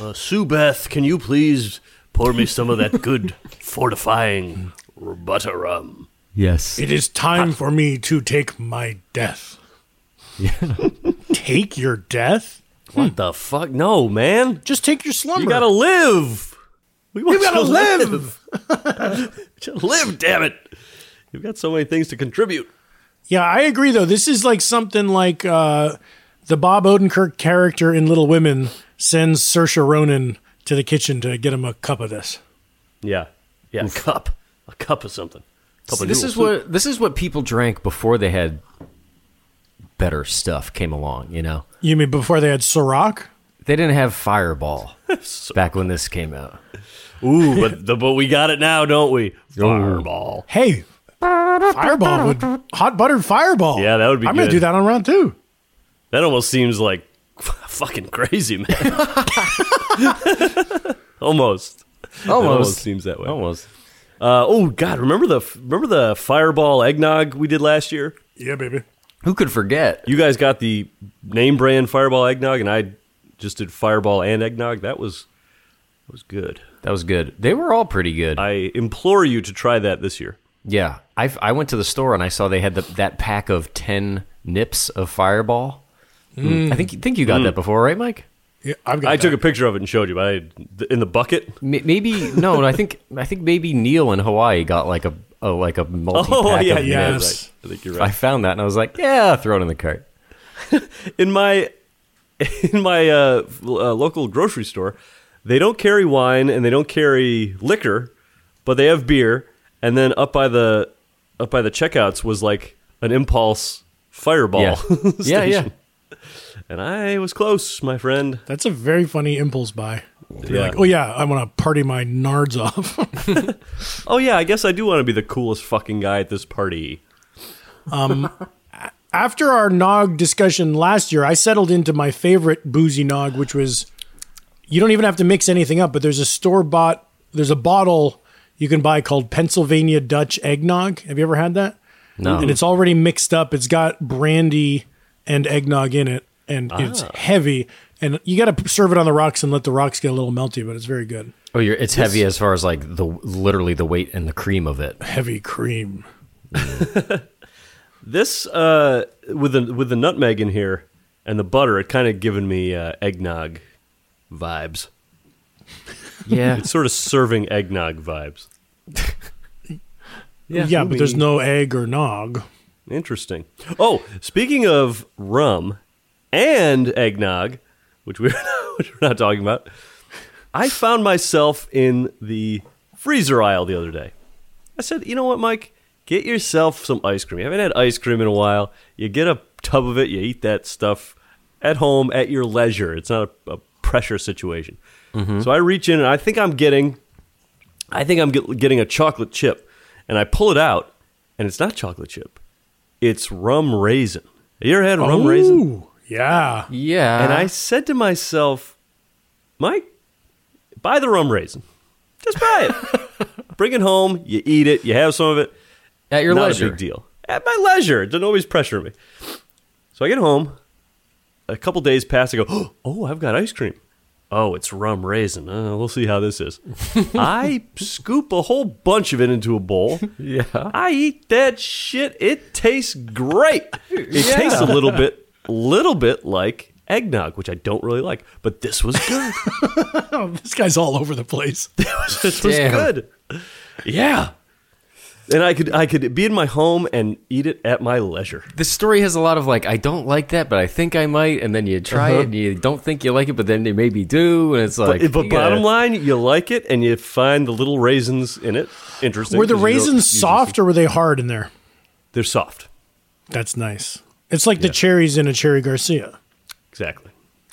B: uh Sue Beth, can you please pour me some of that good fortifying r- butter rum?
A: yes.
C: It is time for me to take my death. take your death?
B: What the fuck? No, man,
C: Just take your slumber.
B: you gotta live. We want
C: You gotta live.
B: live. live, damn it! You've got so many things to contribute.
C: yeah, I agree though. This is like something like uh, the Bob Odenkirk character in Little Women sends Saoirse Ronan to the kitchen to get him a cup of this.
B: Yeah, yeah, a cup, a cup of something. Cup
A: See,
B: of
A: this
B: noodle
A: is
B: soup.
A: what this is what people drank before they had better stuff came along. You know,
C: You mean before they had Ciroc?
A: they didn't have Fireball back when this came out.
B: Ooh, but the, but we got it now, don't we? Fireball.
C: Hey, Fireball would hot buttered Fireball.
B: Yeah, that would be
C: I'm gonna
B: good.
C: do that on round two.
B: That almost seems like fucking crazy, man. Almost. It almost seems that way.
A: Almost.
B: Uh, oh God, remember the remember the fireball eggnog we did last year?
C: Yeah, baby.
A: Who could forget?
B: You guys got the name brand fireball eggnog, and I just did fireball and eggnog. That was that was good.
A: That was good. They were all pretty good.
B: I implore you to try that this year.
A: yeah. I, I went to the store and I saw they had the, that pack of 10 nips of Fireball. Mm. I think, think you got that before, right, Mike?
C: Yeah, I've got.
B: I took a
C: that.
B: picture of it and showed you, but I in the bucket.
A: M- Maybe no, I think I think maybe Neil in Hawaii got like a, a like a multi pack.
B: Oh yeah,
A: of
B: yeah.
A: nips.
B: right.
C: Yes.
B: I think you're right.
A: I found that and I was like, yeah, throw it in the cart.
B: in my in my uh, f- uh, local grocery store, they don't carry wine and they don't carry liquor, but they have beer. And then up by the up by the checkouts was like an impulse fireball.
A: Yeah. yeah, yeah.
B: station. And I was close, my friend.
C: That's a very funny impulse buy. You're
B: Yeah.
C: like, oh yeah, I want to party my nards off.
B: Oh yeah, I guess I do want to be the coolest fucking guy at this party.
C: After our nog discussion last year, I settled into my favorite boozy nog, which was you don't even have to mix anything up, but there's a store bought there's a bottle you can buy called Pennsylvania Dutch eggnog. Have you ever had that?
A: No.
C: And it's already mixed up. It's got brandy and eggnog in it, and it's heavy. And you got to serve it on the rocks and let the rocks get a little melty, but it's very good.
A: Oh, you're, it's heavy as far as like the literally the weight and the cream of it.
C: Heavy cream.
B: This uh, with the with the nutmeg in here and the butter, it kind of given me uh, eggnog vibes.
A: Yeah,
B: It's sort of serving eggnog vibes.
C: Yeah, but there's no egg or nog.
B: Interesting. Oh, speaking of rum and eggnog, which we're, which we're not talking about, I found myself in the freezer aisle the other day. I said, you know what, Mike? Get yourself some ice cream. You haven't had ice cream in a while. You get a tub of it, you eat that stuff at home at your leisure. It's not a, a pressure situation. So I reach in and I think I'm getting I think I'm get, getting a chocolate chip, and I pull it out, and it's not chocolate chip, it's rum raisin. Have you ever had rum raisin?
C: Ooh, yeah.
A: yeah.
B: And I said to myself, Mike, buy the rum raisin, just buy it, bring it home, you eat it, you have some of it.
A: at your
B: not
A: leisure.
B: a big deal. At my leisure, it doesn't always pressure me. So I get home, a couple days pass. I go, oh, I've got ice cream. Oh, it's rum raisin. Uh, we'll see how this is. I scoop a whole bunch of it into a bowl. Yeah. I eat that shit. It tastes great. It tastes a little bit, little bit like eggnog, which I don't really like, but this was good.
C: Oh, this guy's all over the place.
B: this was
A: Damn.
B: good. Yeah. And I could I could be in my home and eat it at my leisure.
A: This story has a lot of like, I don't like that, but I think I might, and then you try
C: Uh-huh.
A: it, and you don't think you like it, but then they maybe do, and it's like.
B: But, but
A: you gotta-
B: bottom line, you like it and you find the little raisins in it. Interesting.
C: Were the
B: 'cause you don't
C: raisins
B: usually
C: soft
B: see-
C: or were they hard in there?
B: They're soft.
C: That's nice. It's like the cherries in a cherry Garcia.
B: Exactly.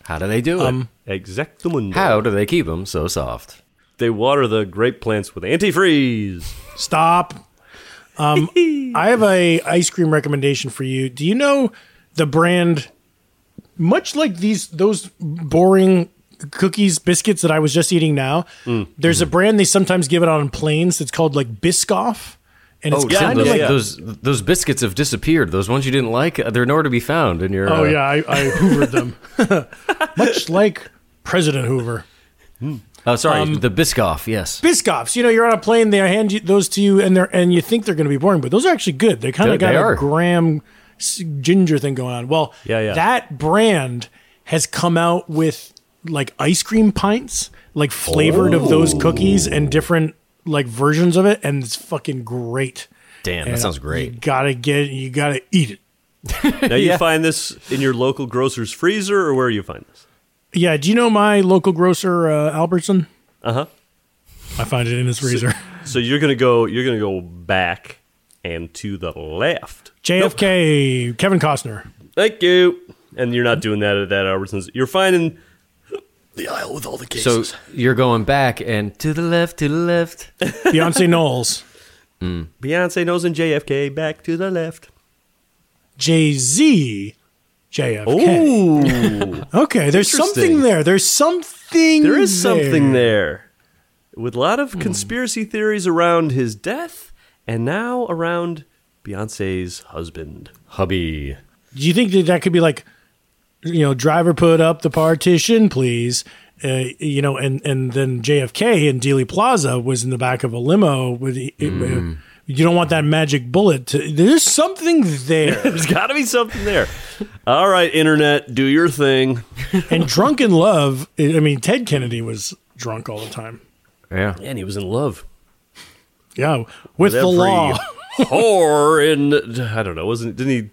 A: how do they do it?
C: um,
B: Exactly.
A: how do they keep them so soft?
B: They water the grape plants with antifreeze.
C: Stop. Um, I have a ice cream recommendation for you. Do you know the brand? Much like these those boring cookies biscuits that I was just eating now,
B: Mm.
C: there's
B: Mm-hmm.
C: a brand they sometimes give it on planes. It's called like Biscoff, and it's
B: Oh, yeah,
C: kind of
A: Oh, those,
C: like
B: yeah.
A: those those biscuits have disappeared. Those ones you didn't like, uh, they're nowhere to be found. in your
C: Oh
A: uh,
C: yeah, I, I hoovered them, much like President Hoover.
A: Oh, sorry,
C: Um,
A: the Biscoff. Yes,
C: Biscoffs, you know, you're on a plane, they hand you those to you, and they're and you think they're going to be boring, but those are actually good. They kind
A: They-
C: of got
A: they
C: a
A: are.
C: graham s- ginger thing going on. Well,
B: Yeah, yeah.
C: that brand has come out with like ice cream pints, like flavored of
A: Oh.
C: those cookies and different like versions of it, and it's fucking great.
A: damn, that sounds great.
C: You gotta get, it, you gotta eat it.
B: Now you find this in your local grocer's freezer, or where you find this?
C: Yeah, do you know my local grocer uh, Albertson?
B: Uh huh.
C: I find it in his freezer.
B: So you're gonna go. You're gonna go back and to the left.
C: JFK, Kevin Costner.
B: Thank you. And you're not doing that at that Albertsons. You're finding
D: The aisle with all
C: Mm,
D: the cases.
A: So you're going back and to the left, to the left.
C: Beyonce Knowles,
B: Beyonce knows and JFK back to the left.
C: Jay Z, JFK. Okay, there's something
B: Interesting.
C: there. There's something.
B: There is something there. With a lot of conspiracy theories around his death and now around Beyonce's husband.
A: Hubby.
C: Do you think that that could be like, you know, driver put up the partition, please? Uh, you know, and and then JFK in Dealey Plaza was in the back of a limo with. It,
B: Mm.
C: you don't want that magic bullet. To, there's something there.
B: There's got to be something there. All right, internet, do your thing.
C: and drunken love. I mean, Ted Kennedy was drunk all the time.
A: Yeah.
B: And he was in love
C: Yeah, with the
B: every
C: law.
B: whore in I don't know. Wasn't didn't he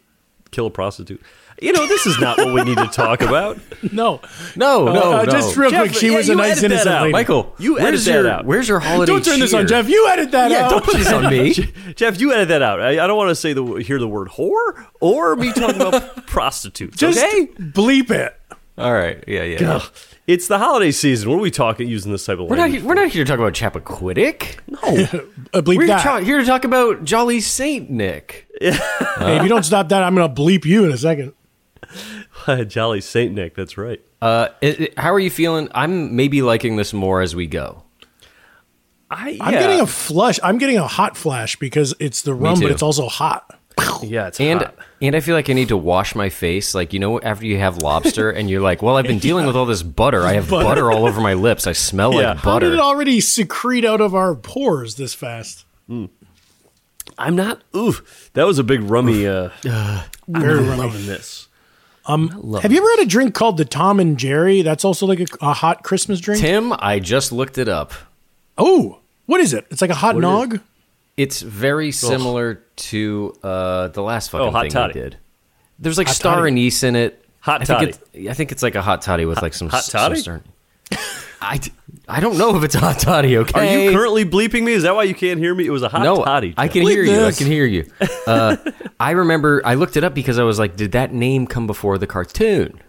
B: kill a prostitute? You know, this is not what we need to talk about.
C: no,
A: No, no,
C: Uh,
A: no.
C: just real
B: Jeff,
C: quick, she
B: yeah,
C: was a
B: you
C: nice
B: edit that
C: innocent
B: out.
C: lady.
A: Michael,
B: You
A: where's
B: edited
A: your
B: that out.
A: where's your holiday?
C: don't turn this on
A: cheer?
C: Jeff. You edit that
A: Yeah,
C: out.
A: don't put this on me.
B: Jeff, you edit that out. I, I don't want to say the hear the word whore or me talking about prostitutes.
C: Just
B: okay,
C: bleep it.
A: All right. Yeah, yeah. yeah.
B: it's the holiday season. What are we talking using this type of
A: We're not
B: language?
A: we're not here to talk about Chappaquiddick. No.
C: Uh, bleep
A: We're
C: that.
A: tra- here to talk about Jolly Saint Nick.
C: Hey, if you don't stop that, I'm going to bleep you in a second.
B: Jolly Saint Nick. That's right.
A: Uh, it, it- how are you feeling? I'm maybe liking this more as we go.
B: I,
C: I'm
B: yeah.
C: getting a flush. I'm getting a hot flash because it's the rum, but
A: too.
C: it's also hot.
B: yeah. It's
A: And
B: hot.
A: and I feel like I need to wash my face. Like you know, after you have lobster, and you're like, well, I've been dealing with all this butter. I have butter, all over my lips. I smell
B: Yeah.
A: like
C: How did
A: butter.
C: it already secrete out of our pores this fast?
B: I'm not. Oof, that was a big rummy. Uh,
C: Very rummy.
B: loving this.
C: Have you ever had a drink called the Tom and Jerry? That's also like a, a hot Christmas drink.
A: Tim, I just looked it up.
C: oh, what is it? It's like a hot nog.
A: It's very similar to uh, the last fucking
B: Oh, hot
A: thing
B: toddy.
A: we did. There's like star anise in it.
B: Hot
A: I think
B: toddy.
A: it's- I think it's like a hot toddy with like some
B: hot
A: some
B: toddy?
A: stern- I, d- I don't know if it's hot toddy.
B: Are
A: Okay.
B: you currently bleeping me? Is that why you can't hear me? It was a hot
A: no,
B: toddy.
A: I
B: Jeff.
A: can
C: Look
A: hear you. I
C: this.
A: can hear you. Uh, I remember I looked it up because I was like, did that name come before the cartoon?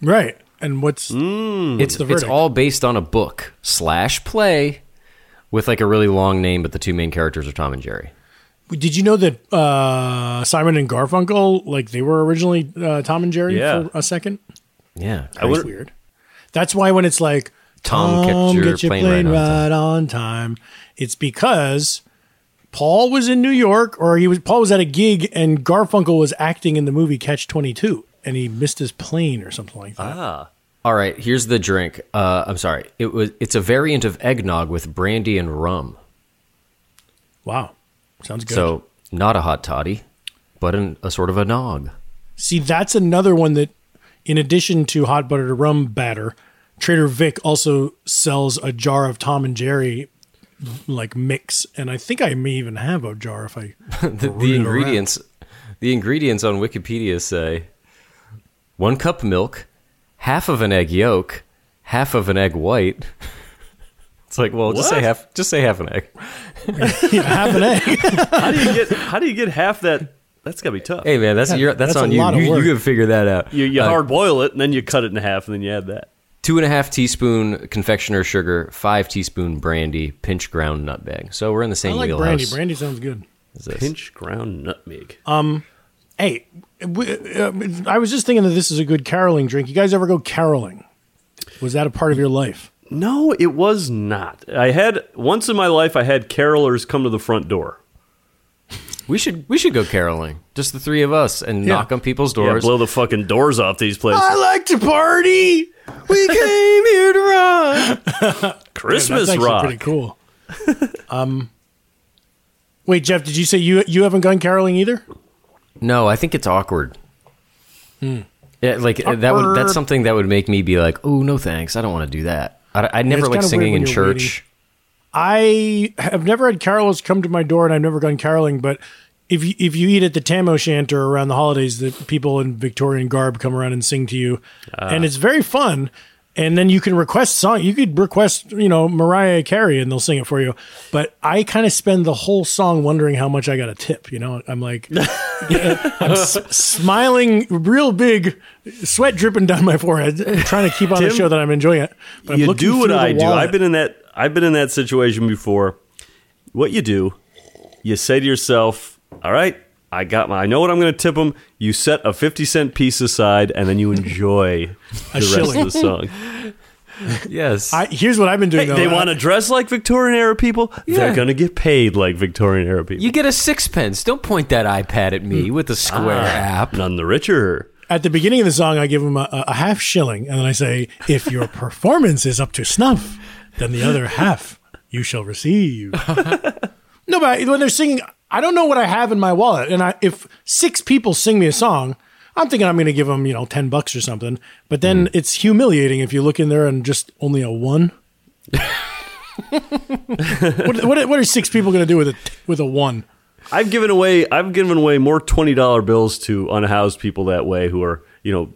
C: Right. And what's
A: it's
C: the
A: it's
C: verdict?
A: all based on a book slash play with like a really long name, but the two main characters are Tom and Jerry.
C: did you know that uh, Simon and Garfunkel like they were originally uh, Tom and Jerry
B: Yeah.
C: for a second?
A: Yeah,
B: I
C: It's
B: wonder-
C: weird. That's why when it's like
A: Tom,
C: Tom,
A: get your
C: get your
A: plane
C: plane,
A: right
C: right,
A: on time."
C: on time, it's because Paul was in New York, or he was Paul was at a gig, and Garfunkel was acting in the movie Catch Twenty Two, and he missed his plane or something like
A: Ah.
C: that.
A: All right, here's the drink. Uh, I'm sorry. It was it's a variant of eggnog with brandy and rum.
C: wow, sounds good.
A: So not a hot toddy, but an, a sort of a nog.
C: See, that's another one that, in addition to hot buttered rum batter, Trader Vic also sells a jar of Tom and Jerry like mix, and I think I may even have a jar if I.
A: The, the ingredients the ingredients on Wikipedia say one cup milk, half of an egg yolk, half of an egg white. It's like, well, just say
B: What?
A: half just say half an egg.
C: Yeah, half an egg.
B: how do you get? How do you get half that? That's gotta be tough.
A: Hey man, that's your that's,
C: that's a
A: on you.
C: lot of
A: You,
C: work.
A: you can figure that out.
B: You, you
A: Uh,
B: hard boil it and then you cut it in half and then you add that.
A: two and a half teaspoon confectioner sugar, five teaspoon brandy, pinch ground nutmeg. So we're in
C: I
A: the same
C: like
A: wheelhouse.
C: brandy. Brandy sounds good.
A: as this.
B: Pinch ground nutmeg.
C: Hey, w- uh, I was just thinking that this is a good caroling drink. You guys ever go caroling? Was that a part of your life?
B: no, it was not. I had once in my life. I had carolers come to the front door.
A: We should we should go caroling, just the three of us, and knock on people's
B: Yeah,
A: doors.
B: blow the fucking doors off these places.
C: like to party. We came here to run.
B: Christmas
C: That's actually
B: rock.
C: pretty cool. um, wait, Jeff, did you say you you haven't gone caroling either?
A: no, I think it's awkward. Yeah, like uh, that would that's
C: Hmm. Awkward.
A: something that would make me be like, oh no, thanks, I don't want to do that. I, I never
C: it's
A: like
C: kinda
A: singing
C: weird
A: in
C: when you're
A: church.
C: I have never had carolers come to my door, and I've never gone caroling. But if you, if you eat at the Tam O'Shanter around the holidays, the people in Victorian garb come around and sing to you,
B: Ah.
C: and it's very fun. And then you can request song. You could request, you know, Mariah Carey, and they'll sing it for you. But I kind of spend the whole song wondering how much I got a tip. You know, I'm like, I'm s- smiling real big, sweat dripping down my forehead, trying to keep on the show that I'm enjoying it. But I'm
B: you
C: looking
B: do what
C: through the
B: I do.
C: wallet.
B: I've been in that. I've been in that situation before. What you do, you say to yourself, "All right, I got my. I know what I'm going to tip them. You set a 50 cent piece aside, and then you enjoy the rest
C: shilling.
B: of the song. yes.
C: I, here's what I've been doing.
B: Hey, they
C: though.
B: want to dress like Victorian era people.
A: Yeah.
B: They're going to get paid like Victorian era people.
A: You get a sixpence. Don't point that iPad at
C: Hmm.
A: me with the square
C: Ah.
A: app.
B: None the richer.
C: at the beginning of the song, I give them a, a half shilling, and then I say, "If your performance is up to snuff, then the other half you shall receive." no, but when they're singing, I don't know what I have in my wallet, and I, if six people sing me a song, I'm thinking I'm going to give them, you know, ten bucks or something. But then
B: Mm.
C: it's humiliating if you look in there and just only a one. what, what, what are six people going to do with a with a one?
B: I've given away. I've given away more twenty dollar bills to unhoused people that way who are you know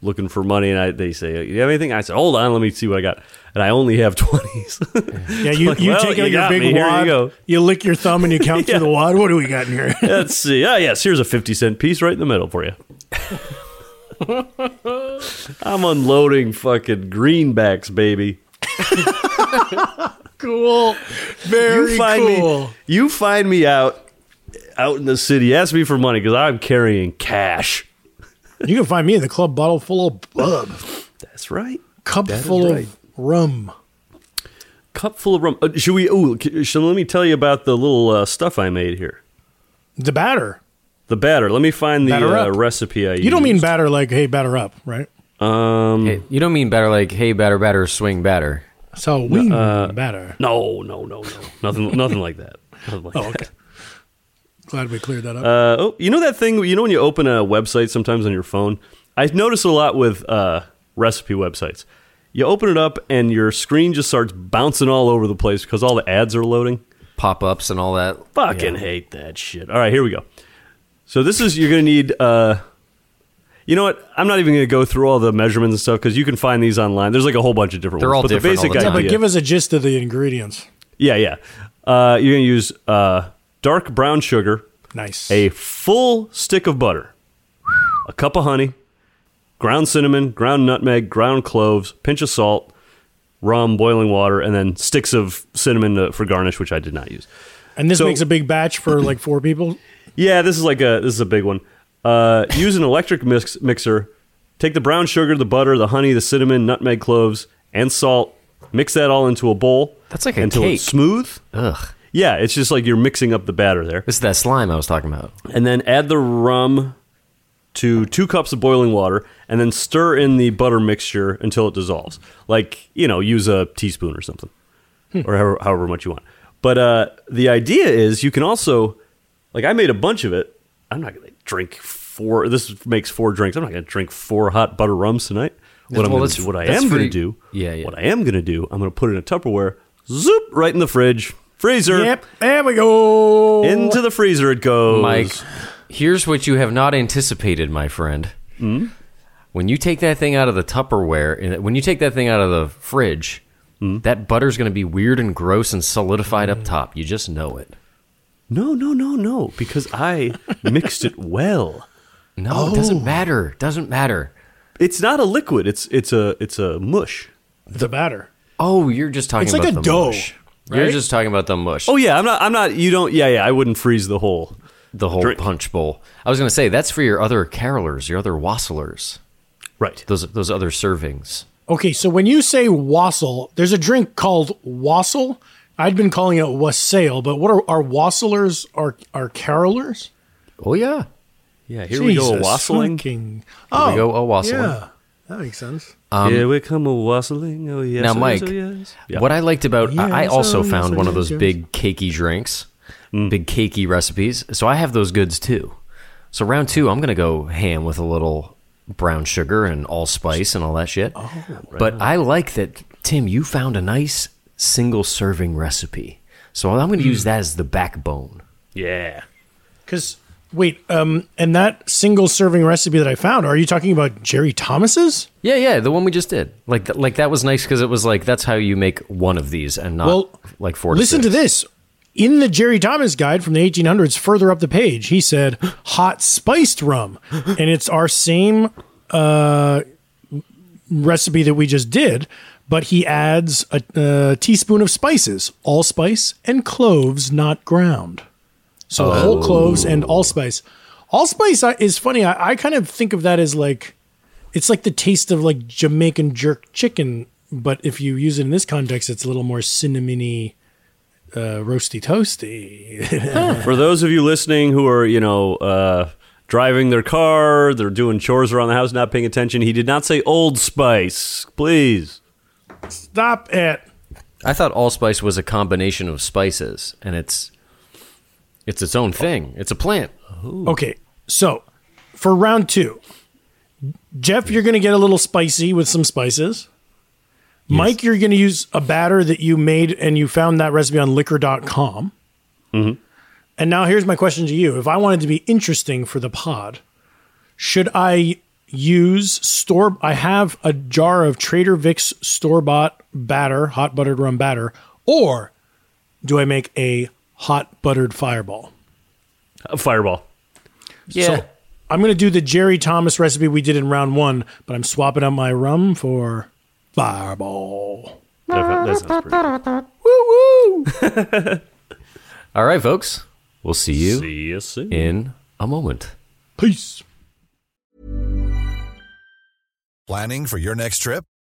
B: looking for money, and I, they say, "You have anything?" I said, "Hold on, let me see what I got," and I only have twenties.
C: Yeah, you,
B: Like,
C: you
B: well,
C: take
B: you
C: out your
B: got
C: big
B: me. Here you
C: wad,
B: go.
C: you lick your thumb, and you count through the wad. What do we got in here?
B: Let's see. Ah, yes, here's a 50 cent piece right in the middle for you. I'm unloading fucking greenbacks, baby.
C: cool. Very
B: you find
C: cool.
B: me you find me out out in the city. Ask me for money cuz I'm carrying cash.
C: You can find me in the club bottle full of bub,
B: That's right.
C: cup full
B: right.
C: of rum.
B: Cup full of rum. Uh, should we ooh, c- should, let me tell you about the little uh, stuff I made here.
C: The batter.
B: The batter. Let me find the
C: Batter
B: uh,
C: up.
B: recipe I
C: You don't mean batter like, hey, batter up, right?
B: Um
A: Hey, you don't mean batter like, hey, batter, batter, swing, batter.
C: So we mean
B: Uh,
C: batter.
B: no, no, no, no. Nothing nothing like that. Nothing like
C: Oh, okay. Glad we cleared that up.
B: Uh, oh, you know that thing? You know when you open a website sometimes on your phone? I notice a lot with uh, recipe websites. You open it up and your screen just starts bouncing all over the place because all the ads are loading.
A: Pop ups and all that.
B: Fucking hate that shit. All right, here we go. So this is you're gonna need. Uh, you know what? I'm not even gonna go through all the measurements and stuff because you can find these online. There's like a whole bunch of different.
A: They're
B: ones, but
A: all different all
B: The basic
A: the
C: yeah,
A: time.
C: but
B: idea.
C: give us a gist of the ingredients.
B: yeah, yeah. Uh, you're gonna use uh, dark brown sugar,
C: Nice.
B: a full stick of butter, a cup of honey, ground cinnamon, ground nutmeg, ground cloves, pinch of salt, rum, boiling water, and then sticks of cinnamon uh, for garnish, which I did not use.
C: and this
B: so-
C: makes a big batch for like four people.
B: Yeah, this is like a this is a big one. Uh, use an electric mix, mixer. Take the brown sugar, the butter, the honey, the cinnamon, nutmeg, cloves, and salt. Mix that all into a bowl.
A: That's like a
B: until it's
A: cake.
B: smooth.
A: Ugh.
B: Yeah, it's just like you're mixing up the batter there.
A: This is that slime I was talking about.
B: and then add the rum to two cups of boiling water, and then stir in the butter mixture until it dissolves. Like you know, use a teaspoon or something,
A: Hmm.
B: or however, however much you want. But uh, the idea is you can also, like, I made a bunch of it. I'm not gonna drink four. This makes four drinks. I'm not gonna drink four hot butter rums tonight. What I'm
A: Well,
B: gonna,
A: that's-
B: do- what I
A: that's
B: am gonna
A: free-
B: do,
A: Yeah, yeah.
B: what I am gonna do, I'm gonna put it in a Tupperware, zoop, right in the fridge, freezer,
C: Yep. There we go.
B: into the freezer it goes.
A: Mike, here's what you have not anticipated, my friend.
C: Hmm?
A: When you take that thing out of the Tupperware, and when you take that thing out of the fridge,
C: Hmm?
A: that butter's going to be weird and gross and solidified up top. You just know it.
B: No, no, no, no, because I mixed it well.
A: No, it
C: Oh.
A: doesn't matter. Doesn't matter.
B: It's not a liquid. It's it's a it's a mush.
C: the batter.
A: Oh, you're just talking
C: It's
A: about
C: like a
A: the
C: dough,
A: mush. You're
C: right?
A: just talking about the mush.
B: Oh yeah, I'm not I'm not you don't yeah, yeah, I wouldn't freeze the whole.
A: the whole
B: drink.
A: punch bowl. I was going to say that's for your other carolers, your other wassailers,
B: Right.
A: those those other servings.
C: Okay, so when you say wassail, there's a drink called wassail. I'd been calling it wassail, but what are, are wassailers? Are are carolers?
A: Oh yeah,
B: Yeah, here we go a
C: Jesus
B: wassailing.
C: fucking-
A: Here
C: Oh,
A: we go a wassailing.
C: yeah, that makes sense.
B: here we come a wassailing. Oh yes.
A: Um, now,
B: oh,
A: Mike,
B: yes, oh, yes. Yeah.
A: what I liked about I I
C: Yes,
A: also
C: oh, yes,
A: found
C: oh,
A: one of
C: yes,
A: those
C: yes.
A: big cakey drinks, big cakey recipes. So I have those goods too. So round two, I'm gonna go ham with a little brown sugar and allspice and all that shit. but I like that Tim. You found a nice single serving recipe. So I'm going to use that as the backbone.
B: Yeah.
C: Because wait, um, and that single serving recipe that I found, are you talking about Jerry Thomas's?
A: Yeah, yeah, the one we just did. Like, th- like that was nice because it was like that's how you make one of these and not
C: Well,
A: like four.
C: Listen to
A: six.
C: this. In the Jerry Thomas guide from the 1800s, further up the page, he said hot spiced rum, and it's our same uh, recipe that we just did, but he adds a, a teaspoon of spices, allspice and cloves not ground. So whole cloves and allspice. Allspice I- is funny. I, I kind of think of that as like, it's like the taste of like Jamaican jerk chicken, but if you use it in this context, it's a little more cinnamony, uh, roasty toasty.
B: For those of you listening who are, you know, uh, driving their car, they're doing chores around the house, not paying attention, he did not say Old Spice. Please.
C: Stop it.
A: I thought allspice was a combination of spices, and it's it's its own thing. It's a plant.
C: Okay, so for round two, Jeff, you're going to get a little spicy with some spices. Mike, you're going to use a batter that you made and you found that recipe on liquor.com. Mm-hmm. And now here's my question to you. If I wanted to be interesting for the pod, should I use store? I have a jar of Trader Vic's store bought batter, hot buttered rum batter, or do I make a hot buttered fireball?
B: Uh, Fireball.
C: So I'm going to do the Jerry Thomas recipe we did in round one, but I'm swapping out my rum for fireball.
B: That, that sounds pretty good.
A: All right, folks. We'll see you
B: See you soon.
A: in a moment.
C: Peace.
D: Planning for your next trip?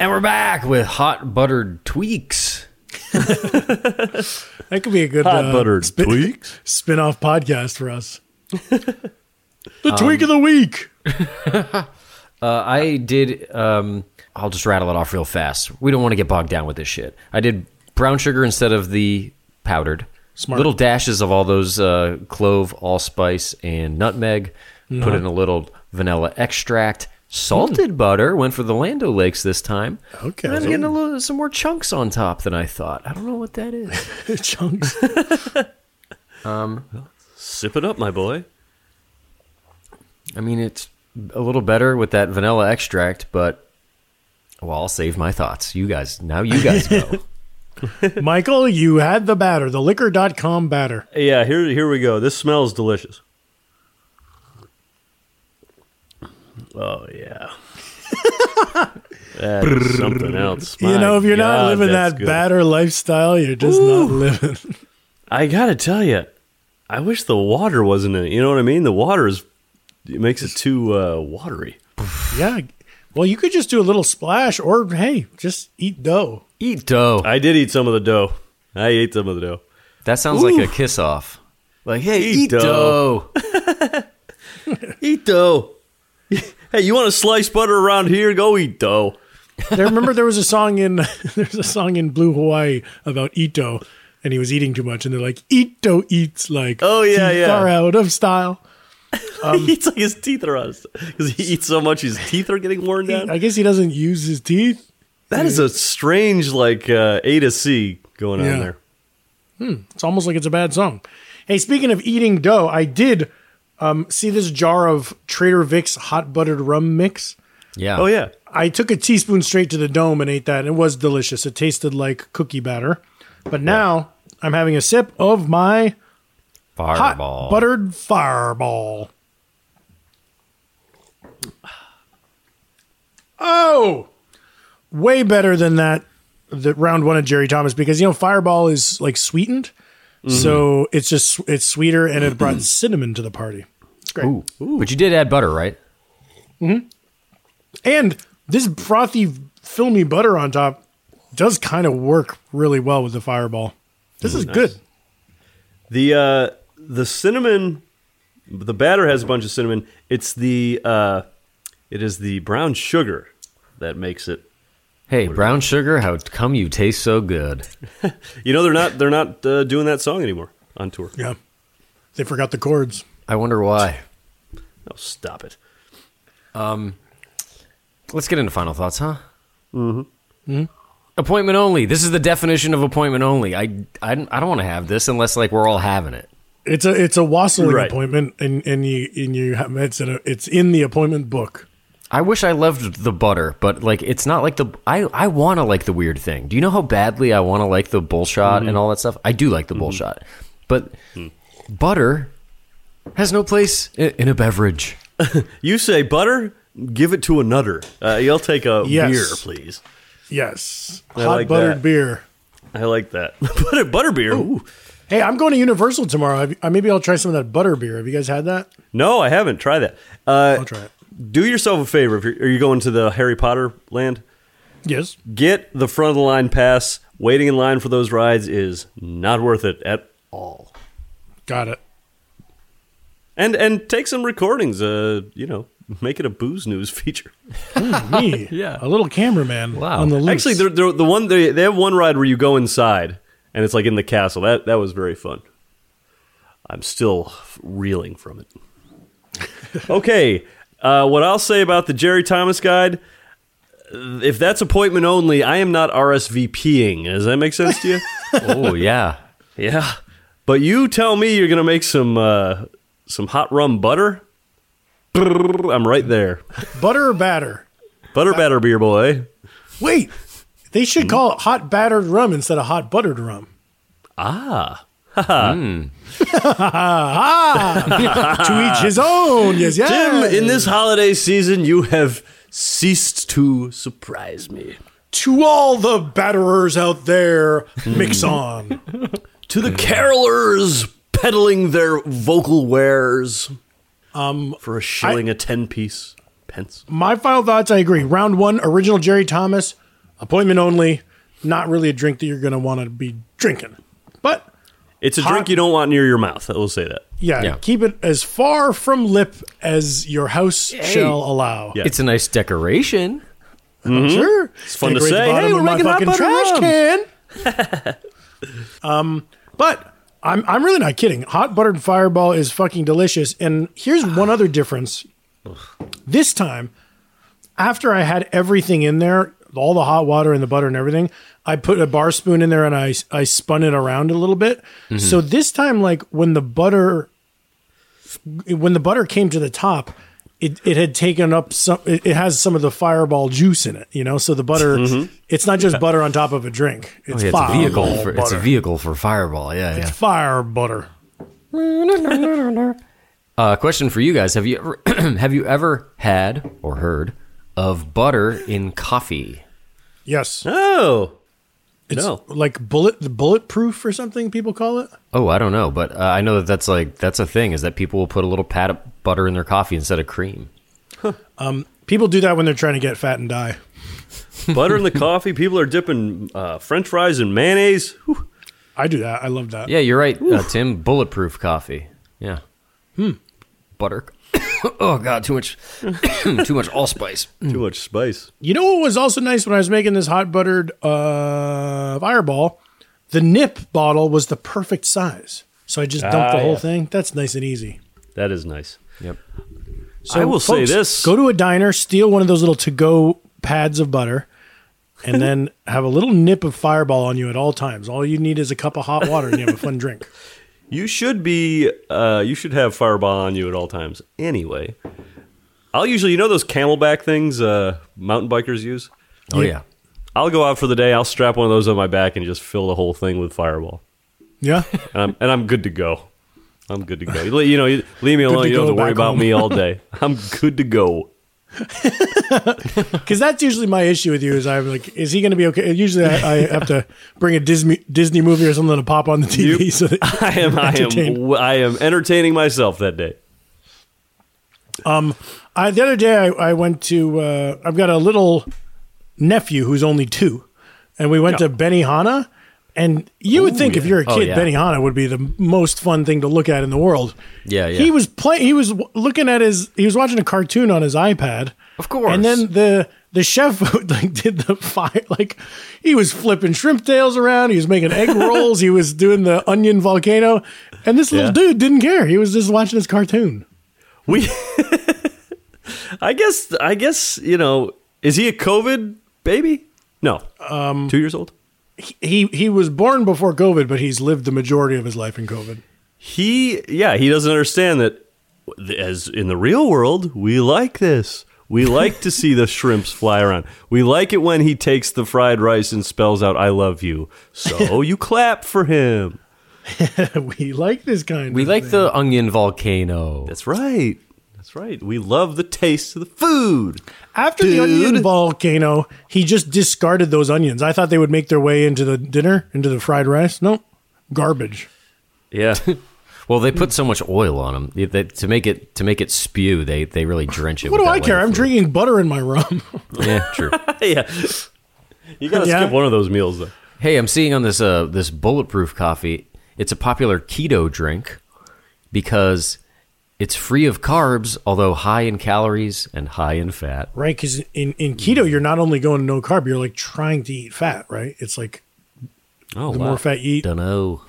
A: And we're back with hot buttered tweaks.
C: That could be a good
B: Hot
C: uh,
B: buttered
C: spin-
B: tweaks.
C: spin-off podcast for us. the tweak of the week.
A: Uh, I did. Um, I'll just rattle it off real fast. We don't want to get bogged down with this shit. I did brown sugar instead of the powdered.
C: Smart.
A: Little dashes of all those uh, clove, allspice, and nutmeg.
C: Mm-hmm.
A: Put in a little vanilla extract. Salted butter went for the Lando Lakes this time.
C: Hmm. Okay.
A: And I'm getting a little, some more chunks on top than I thought. I don't know what that is.
C: Chunks.
B: Sip it up, my boy.
A: I mean, it's a little better with that vanilla extract, but well, I'll save my thoughts. You guys, now you guys go.
C: Michael, you had the batter, the liquor.com batter.
B: Yeah, here, here we go. This smells delicious. Oh, yeah. That is something else.
C: you
B: My
C: know, if you're
B: God,
C: not living
B: that's
C: that
B: good.
C: batter lifestyle, you're just not living.
B: I gotta tell you, I wish the water wasn't in it. You know what I mean? The water is it makes it too uh, watery.
C: yeah. Well, you could just do a little splash or, hey, just eat dough.
A: Eat dough.
B: I did eat some of the dough. I ate some of the dough.
A: That sounds like a kiss off. Like, hey,
B: Eat
A: eat, dough.
B: Eat dough. hey, you want to slice butter around here? Go eat dough.
C: There, remember there was a song in there's a song in Blue Hawaii about Ito, and he was eating too much, and they're like Ito eats like
B: Oh, yeah,
C: teeth
B: yeah.
C: are out of style. Um,
B: he eats like his teeth are on because he eats so much his teeth are getting worn down.
C: I guess he doesn't use his teeth.
B: That is a strange like uh, A to C going
C: Yeah.
B: on there.
C: It's almost like it's a bad song. Hey, speaking of eating dough, I did um, see this jar of Trader Vic's hot buttered rum mix.
A: Yeah.
B: Oh yeah,
C: I took a teaspoon straight to the dome and ate that, and it was delicious. It tasted like cookie batter. But now I'm having a sip of my hot
A: Fireball.
C: buttered fireball. Oh, way better than that. The round one of Jerry Thomas because you know Fireball is like sweetened, so it's just it's sweeter and it brought cinnamon to the party. It's great.
A: Ooh. But you did add butter, right?
C: And this frothy, filmy butter on top does kind of work really well with the fireball. This is good.
B: the uh, the cinnamon, the batter has a bunch of cinnamon. It's the uh, it is the brown sugar that makes it.
A: Hey, brown sugar, how come you taste so good?
B: You know they're not they're not uh, doing that song anymore on tour.
C: Yeah. They forgot the chords.
A: I wonder why.
B: Oh, stop it.
A: Let's get into final thoughts, huh? Mm-hmm. Appointment only. This is the definition of appointment only. I I, I don't want to have this unless like we're all having it.
C: It's a it's a wassailing
B: Right.
C: appointment, and and you and you have, it's in a, it's in the appointment book.
A: I wish I loved the butter, but like it's not like the I I want to like the weird thing. Do you know how badly I want to like the bullshot
C: Mm-hmm.
A: and all that stuff? I do like the bullshot, but
C: Mm.
A: butter has no place i- in a beverage.
B: You say butter, give it to another. Uh, you'll take a
C: Yes.
B: beer, please.
C: Yes,
B: I
C: hot
B: like
C: buttered
B: that.
C: beer.
B: I like that. butter, butter beer. Ooh.
C: Hey, I'm going to Universal tomorrow. Have you- uh, maybe I'll try some of that butter beer. Have you guys had that?
B: No, I haven't. Try that. Uh,
C: I'll try it.
B: Do yourself a favor. If you're, are you going to the Harry Potter land?
C: Yes.
B: Get the front of the line pass. Waiting in line for those rides is not worth it at all.
C: Got it.
B: And and take some recordings. Uh, you know, make it a booze news feature.
C: Me, yeah, a little cameraman
A: Wow.
C: on the loose.
B: Actually, they're, they're, the one they they have one ride where you go inside and it's like in the castle. That that was very fun. I'm still reeling from it. okay, uh, what I'll say about the Jerry Thomas guide. If that's appointment only, I am not RSVPing. Does that make sense to you?
A: Oh yeah,
B: yeah, but you tell me you're gonna make some uh, some hot rum butter. I'm right there.
C: butter or batter.
B: Butter batter beer boy.
C: Wait, they
B: Hmm?
C: should call it hot battered rum instead of hot buttered rum. Ah. to each his own. Yes, yes.
B: Jim, in this holiday season, you have ceased to surprise me.
C: to all the batterers out there, mix on.
B: To the carolers peddling their vocal wares um, for a shilling a ten piece pence.
C: My final thoughts I agree. Round one, original Jerry Thomas, appointment only, not really a drink that you're going to want to be drinking. But
B: It's a
C: Hot-
B: drink you don't want near your mouth. I will say that.
C: yeah,
A: Yeah.
C: keep it as far from lip as your house shall allow.
B: Yeah. Mm-hmm.
A: it's a nice decoration.
C: Sure. It's
B: fun to say, "Hey, we're making hot butter
C: trash
B: rum."
C: can. um, but I'm I'm really not kidding. Hot buttered fireball is fucking delicious. And here's one other difference. This time, after I had everything in there, all the hot water and the butter and everything, I put a bar spoon in there and I I spun it around a little bit.
A: Mm-hmm.
C: So this time, like when the butter when the butter came to the top, it, it had taken up some. It, it has some of the fireball juice in it, you know. So the butter, it's not just butter on top of a drink. It's,
A: Mm-hmm. Oh, yeah, it's a
C: fireball
A: vehicle for
C: butter.
A: it's a vehicle for Fireball. Yeah, yeah.
C: fire butter.
A: Uh, question for you guys: Have you ever have you ever had or heard of butter in coffee?
C: Yes,
B: Oh,
C: it's
B: no.
C: like bullet the bulletproof or something people call it.
A: Oh, I don't know, but uh, I know that that's like that's a thing is that people will put a little pat of butter in their coffee instead of cream.
C: People do that when they're trying to get fat and die.
B: butter in the coffee. People are dipping uh, French fries in mayonnaise. Whew.
C: I do that. I love that.
A: Yeah, you're right, uh, Tim. Bulletproof coffee. Yeah. Hmm. Butter. oh god, too much, too much allspice.
B: Too much spice.
C: You know what was also nice when I was making this hot buttered uh, fireball? The nip bottle was the perfect size. So I just dumped
B: Ah,
C: the whole
B: yeah.
C: thing. That's nice and easy.
B: That is nice.
A: Yep.
C: So
B: I will say
C: folks,
B: this.
C: Go to a diner, steal one of those little to go pads of butter, and then have a little nip of fireball on you at all times. All you need is a cup of hot water and you have a fun drink.
B: You should be. Uh, you should have fireball on you at all times. Anyway, I'll usually, you know, those camelback things uh, mountain bikers use.
A: Oh yeah.
B: I'll go out for the day. I'll strap one of those on my back and just fill the whole thing with fireball,
C: Yeah.
B: and I'm, and I'm good to go. I'm good to go. You, le- you know, you leave me
C: Good
B: alone.
C: to
B: You don't have
C: go
B: to worry
C: back
B: about
C: home.
B: me all day. I'm good to go.
C: Because that's usually my issue with you is I'm like, is he going to be okay? Usually I, I have to bring a Disney Disney movie or something to pop on the TV. So that
B: I am. I am. I am entertaining myself that day.
C: I, the other day, I, I went to. Uh, I've got a little nephew who's only two, and we went to Benihana. And you would think if you're a kid,
A: Oh, yeah.
C: Benihana would be the most fun thing to look at in the world.
A: Yeah, yeah.
C: He was playing. He was w- looking at his. He was watching a cartoon on his iPad.
A: Of course.
C: And then the the chef like did the fire. Like he was flipping shrimp tails around. He was making egg rolls. he was doing the onion volcano. And this little
B: Yeah.
C: dude didn't care. He was just watching his cartoon.
B: We, I guess, I guess you know, is he a COVID baby? No, um, two years old.
C: he he was born before COVID, but he's lived the majority of his life in COVID.
B: He, yeah, he doesn't understand that. As in the real world, we like this. We like to see the shrimps fly around. We like it when he takes the fried rice and spells out "I love you." So you clap for him.
C: we like this kind.
A: We
C: of
A: like
C: thing.
A: the onion volcano.
B: That's right. That's right. We love the taste of the food.
C: after the onion volcano. He just discarded those onions. I thought they would make their way into the dinner, into the fried rice. No, garbage.
B: Yeah.
A: Well, they put so much oil on them It- that- to make it to make it spew. They they really drench it.
C: What do
A: with that
C: I care?
A: layer
C: I'm
A: of fluid.
C: drinking butter in my rum.
A: Yeah, true.
B: yeah. You gotta
C: Yeah.
B: skip one of those meals though.
A: hey, I'm seeing on this uh this bulletproof coffee. It's a popular keto drink because it's free of carbs, although high in calories and high in fat.
C: right? Because in in keto, you're not only going no carb, you're like trying to eat fat. Right? It's like
B: Oh,
C: the more fat you eat, Hmm.
A: Dunno.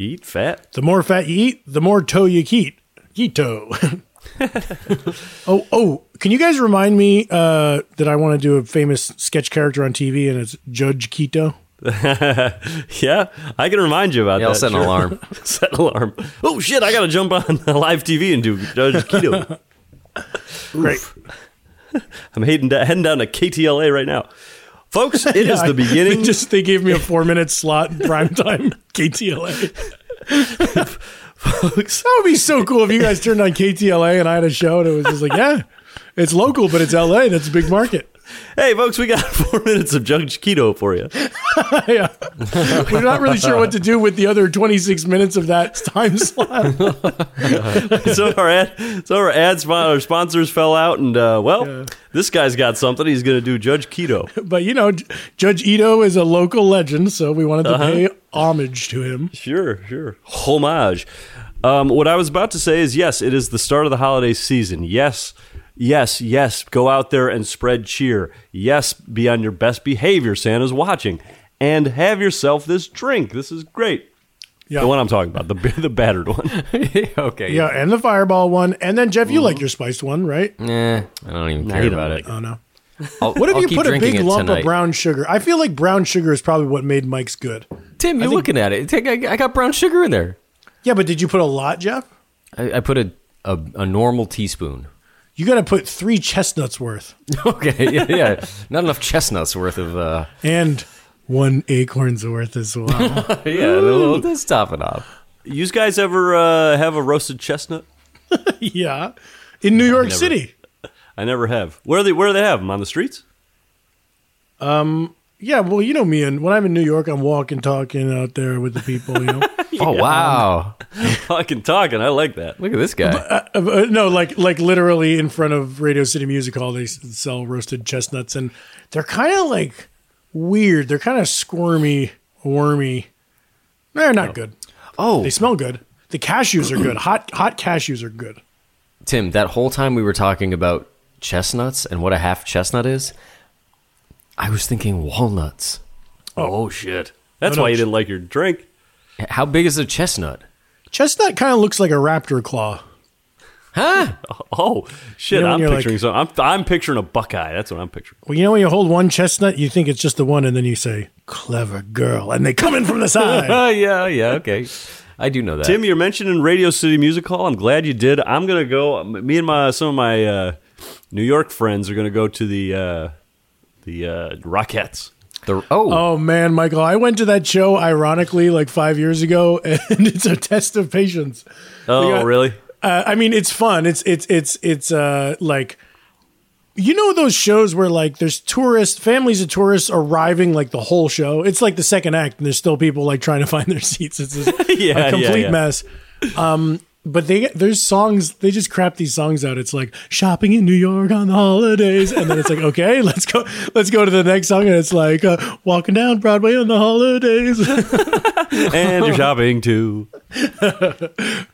B: Eat fat.
C: the more fat you eat, the more toe you keep. Keto. oh, oh! Can you guys remind me uh, that I want to do a famous sketch character on TV, and it's Judge Keto.
B: Yeah, I can remind you about
A: Yeah,
B: that.
A: I'll set an
B: sure.
A: alarm.
B: set an alarm. Oh shit! I gotta jump on live TV and do Judge Keto.
C: Great.
B: I'm heading da- heading down to KTLA right now, folks. It is
C: Yeah, I-
B: the beginning.
C: They just they gave me a four minute slot in prime time KTLA.
B: folks.
C: That would be so cool if you guys turned on KTLA and I had a show and it was just like, yeah, it's local, but it's LA. That's a big market.
B: Hey, folks, we got four minutes of Judge Keto for you.
C: yeah. We're not really sure what to do with the other 26 minutes of that time slot.
B: so our ad, so our ad spon- our sponsors fell out, and uh, well, this guy's got something. He's gonna do Judge Keto.
C: But you know, J- Judge Ito is a local legend, so we wanted to
A: Uh-huh.
C: pay homage to him.
B: Sure, sure. Homage. Um, what I was about to say is yes, it is the start of the holiday season. Yes, yes, yes. Go out there and spread cheer. Yes, be on your best behavior. Santa's watching. And have yourself this drink. This is great.
C: Yeah,
B: The one I'm talking about, the the battered one.
A: okay.
C: yeah, and the fireball one, and then Jeff,
A: Mm-hmm.
C: you like your spiced one, right?
A: Nah, I don't even care
B: you don't
A: about
B: like
A: it.
C: Oh no.
A: I'll-
C: What if
A: Mm. I'll
C: you
A: keep
C: put a
A: drinking
C: big
A: it
C: lump
A: tonight.
C: of brown sugar? I feel like brown sugar is probably what made Mike's good.
A: Tim, you're looking at it. Take- I, I got brown sugar in there.
C: Yeah, but did you put a lot, Jeff?
A: I, I put a, a a normal teaspoon.
C: You got to put three chestnuts worth
A: Okay, yeah, yeah. Not enough chestnuts worth of. Uh,
C: and one acorn's worth as well.
A: yeah, we'll just top it off.
B: You guys ever uh, have a roasted chestnut?
C: yeah, in New York City.
B: I never have. Where they where do they have them on the streets?
C: Yeah, well, you know me, and when I'm in New York, I'm walking, talking out there with the people. You know,
A: Oh wow!
B: Fucking talking. I like that.
A: Look at this guy.
C: Uh, uh, no, like like literally in front of Radio City Music Hall, they s- sell roasted chestnuts, and they're kind of like weird. They're kind of squirmy, wormy. They're not good.
A: Oh,
C: They smell good. The cashews are good. Hot hot cashews are good.
A: Tim, that whole time we were talking about chestnuts and what a half chestnut is, I was thinking walnuts.
B: Oh, shit. That's why you didn't like your drink.
A: How big is a chestnut?
C: Chestnut kind of looks like a raptor claw.
A: Huh?
B: Oh shit!
C: You know,
B: I'm
C: you're like-
B: picturing so I'm I'm picturing a Buckeye. That's what I'm picturing.
C: Well, you know when you hold one chestnut, you think it's just the one, and then you say, "Clever girl," and they come in from the side.
A: Uh, yeah, yeah, okay.
C: Uh,
A: I do know that.
B: Tim, you're mentioning Radio City Music Hall. I'm glad you did. I'm gonna go. Me and my some of my uh, New York friends are gonna go to the uh, the uh, Rockettes.
A: The, oh,
C: Oh man, Michael, I went to that show ironically like five years ago, and it's a test of patience.
B: Oh
C: got-
B: really?
C: Uh, I mean, it's fun. It's it's it's it's uh like you know those shows where like there's tourists, families of tourists arriving like the whole show. It's like the second act, and there's still people like trying to find their seats. It's just
B: Yeah, yeah,
C: a complete
B: yeah.
C: mess. Um, but they there's songs they just crap these songs out. It's like shopping in New York on the holidays, and then it's like okay, let's go let's go to the next song, and it's like uh, walking down Broadway on the holidays.
B: and you're shopping too.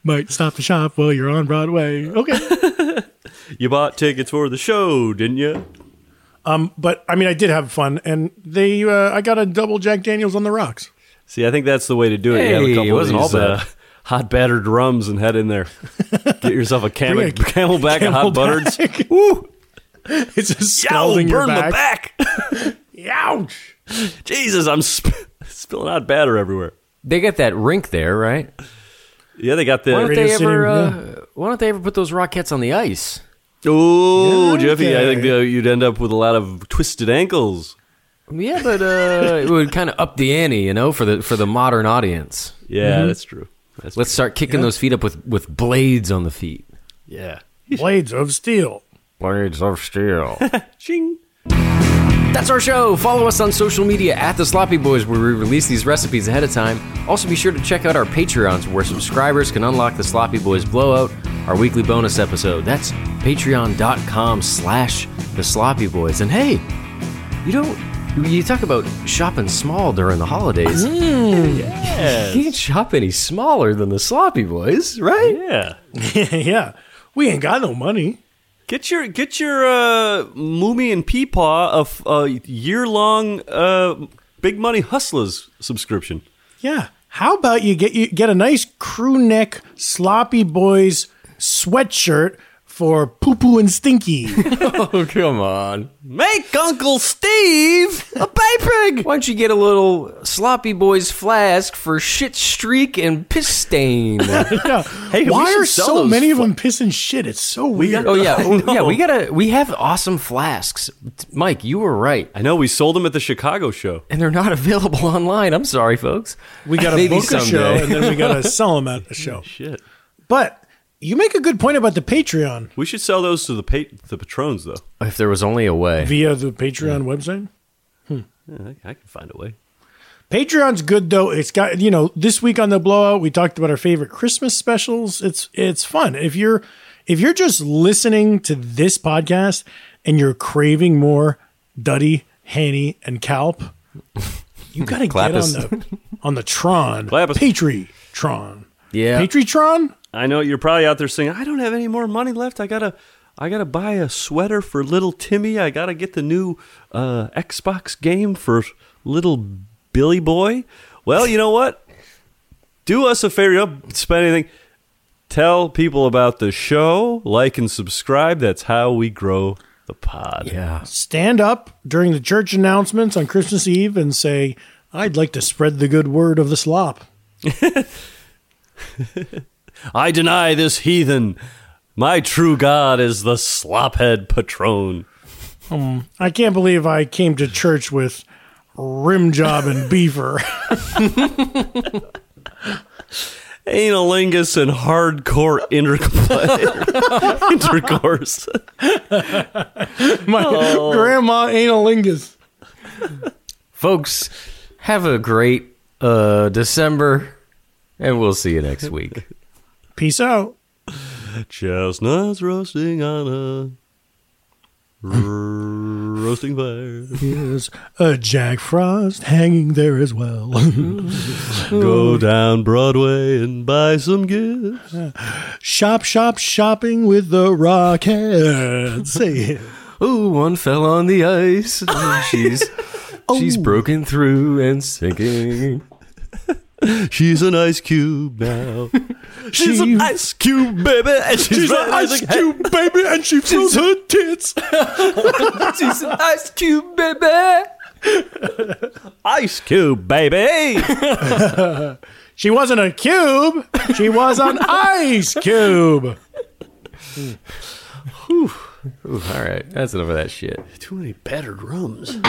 C: Might stop the shop while you're on Broadway. Okay.
B: You bought tickets for the show, didn't you?
C: but I mean, I did have fun, and they uh, I got a double Jack Daniels on the rocks.
B: See, I think that's the way to do it. you have
A: Hey,
B: a couple
A: it wasn't
B: of
A: all
B: these,
A: bad.
B: uh, hot battered rums and head in there. Get yourself a camel,
C: Bring a
B: camelback of hot buttered.
C: Camelback.
B: Woo!
C: It's just
B: Yow,
C: scalding your
B: burn
C: back.
B: my back.
C: Ouch!
B: Jesus, I'm sp- spilling out batter everywhere.
A: they got that rink there, right?
B: Yeah, they got the.
A: Why don't
C: Radio
A: they
C: City,
A: ever? Uh, Why don't they ever put those Rockettes on the ice?
B: Oh, Jeffy, I
C: Okay.
B: think uh, you'd end up with a lot of twisted ankles.
A: Yeah, but uh, it would kind of up the ante, you know, for the for the modern audience.
B: Yeah, that's true. That's
A: Let's start kicking those feet up with with blades on the feet.
B: true. yeah.
C: Blades of steel.
A: Blades of steel.
B: Ching.
A: That's our show. Follow us on social media at The Sloppy Boys, where we release these recipes ahead of time. Also, be sure to check out our Patreons, where subscribers can unlock The Sloppy Boys Blowout, our weekly bonus episode. That's patreon.com slash The Sloppy Boys. And hey, you don't... You talk about shopping small during the holidays. You can't shop any smaller than The Sloppy Boys, right?
B: Yeah.
C: yeah, we ain't got no money.
B: Get your get your uh, Moomy and Peepaw a f- a year long uh, Big Money Hustlers subscription.
C: Yeah, how about you get you get a nice crew neck sloppy boys sweatshirt for poo poo and stinky?
A: Oh, come on.
B: Make Uncle Steve a pay pig.
A: Why don't you get a little Sloppy Boys flask for shit streak and piss stain?
B: Hey, we
C: Why
B: should
C: are
B: sell
C: so
B: those
C: many of
B: fu-
C: them pissing shit? It's so weird.
A: Oh yeah, oh, yeah. We gotta. We have awesome flasks, T- Mike. You were right,
B: I know we sold them at the Chicago show.
A: and they're not available online. I'm sorry, folks.
C: We got to
A: Maybe
C: book a show
A: someday.
C: and then we got to sell them at the show.
B: Shit.
C: But you make a good point about the Patreon
B: We should sell those to the pa- the patrons though.
A: If there was only a way.
C: via the Patreon website.
B: Yeah, I- I can find a way.
C: Patreon's good though. It's got you know this week on the blowout we talked about our favorite Christmas specials. It's it's fun if you're if you're just listening to this podcast and you're craving more Duddy, Hanny, and Calp, you gotta get on
A: Clappus.
C: the on the Tron
B: Clappus.
C: Patreon.
A: Yeah.
C: Patreon.
B: I know you're probably out there saying, "I don't have any more money left. I gotta, I gotta buy a sweater for little Timmy. I gotta get the new uh, Xbox game for little Billy Boy." Well, you know what? Do us a favor. You don't spend anything. Tell people about the show. Like and subscribe. That's how we grow the pod.
A: yeah.
C: Stand up during the church announcements on Christmas Eve and say, "I'd like to spread the good word of the slop."
B: I deny this heathen. My true God is the slophead patron.
C: I can't believe I came to church with rim job and beaver.
B: analingus and hardcore interplay, intercourse.
C: My grandma analingus.
A: Folks, have a great uh, December, and we'll see you next week.
C: Peace out.
B: Chestnuts roasting on a roasting fire.
C: Here's a Jack Frost hanging there as well.
B: Go down Broadway and buy some gifts.
C: shop, shop, shopping with the Rockettes. Say it.
A: Ooh, one fell on the ice. and She's she's broken through and sinking.
B: She's an ice cube now. she's
C: She-
B: an ice cube, baby, and she's,
C: She's
B: red
C: an
B: as
C: ice
B: a cat.
C: cube, baby, and she froze her tits.
A: she's an ice cube, baby.
B: Ice cube, baby.
C: She wasn't a cube. She was an ice cube.
A: All right, that's enough of that shit.
B: Too many battered rums.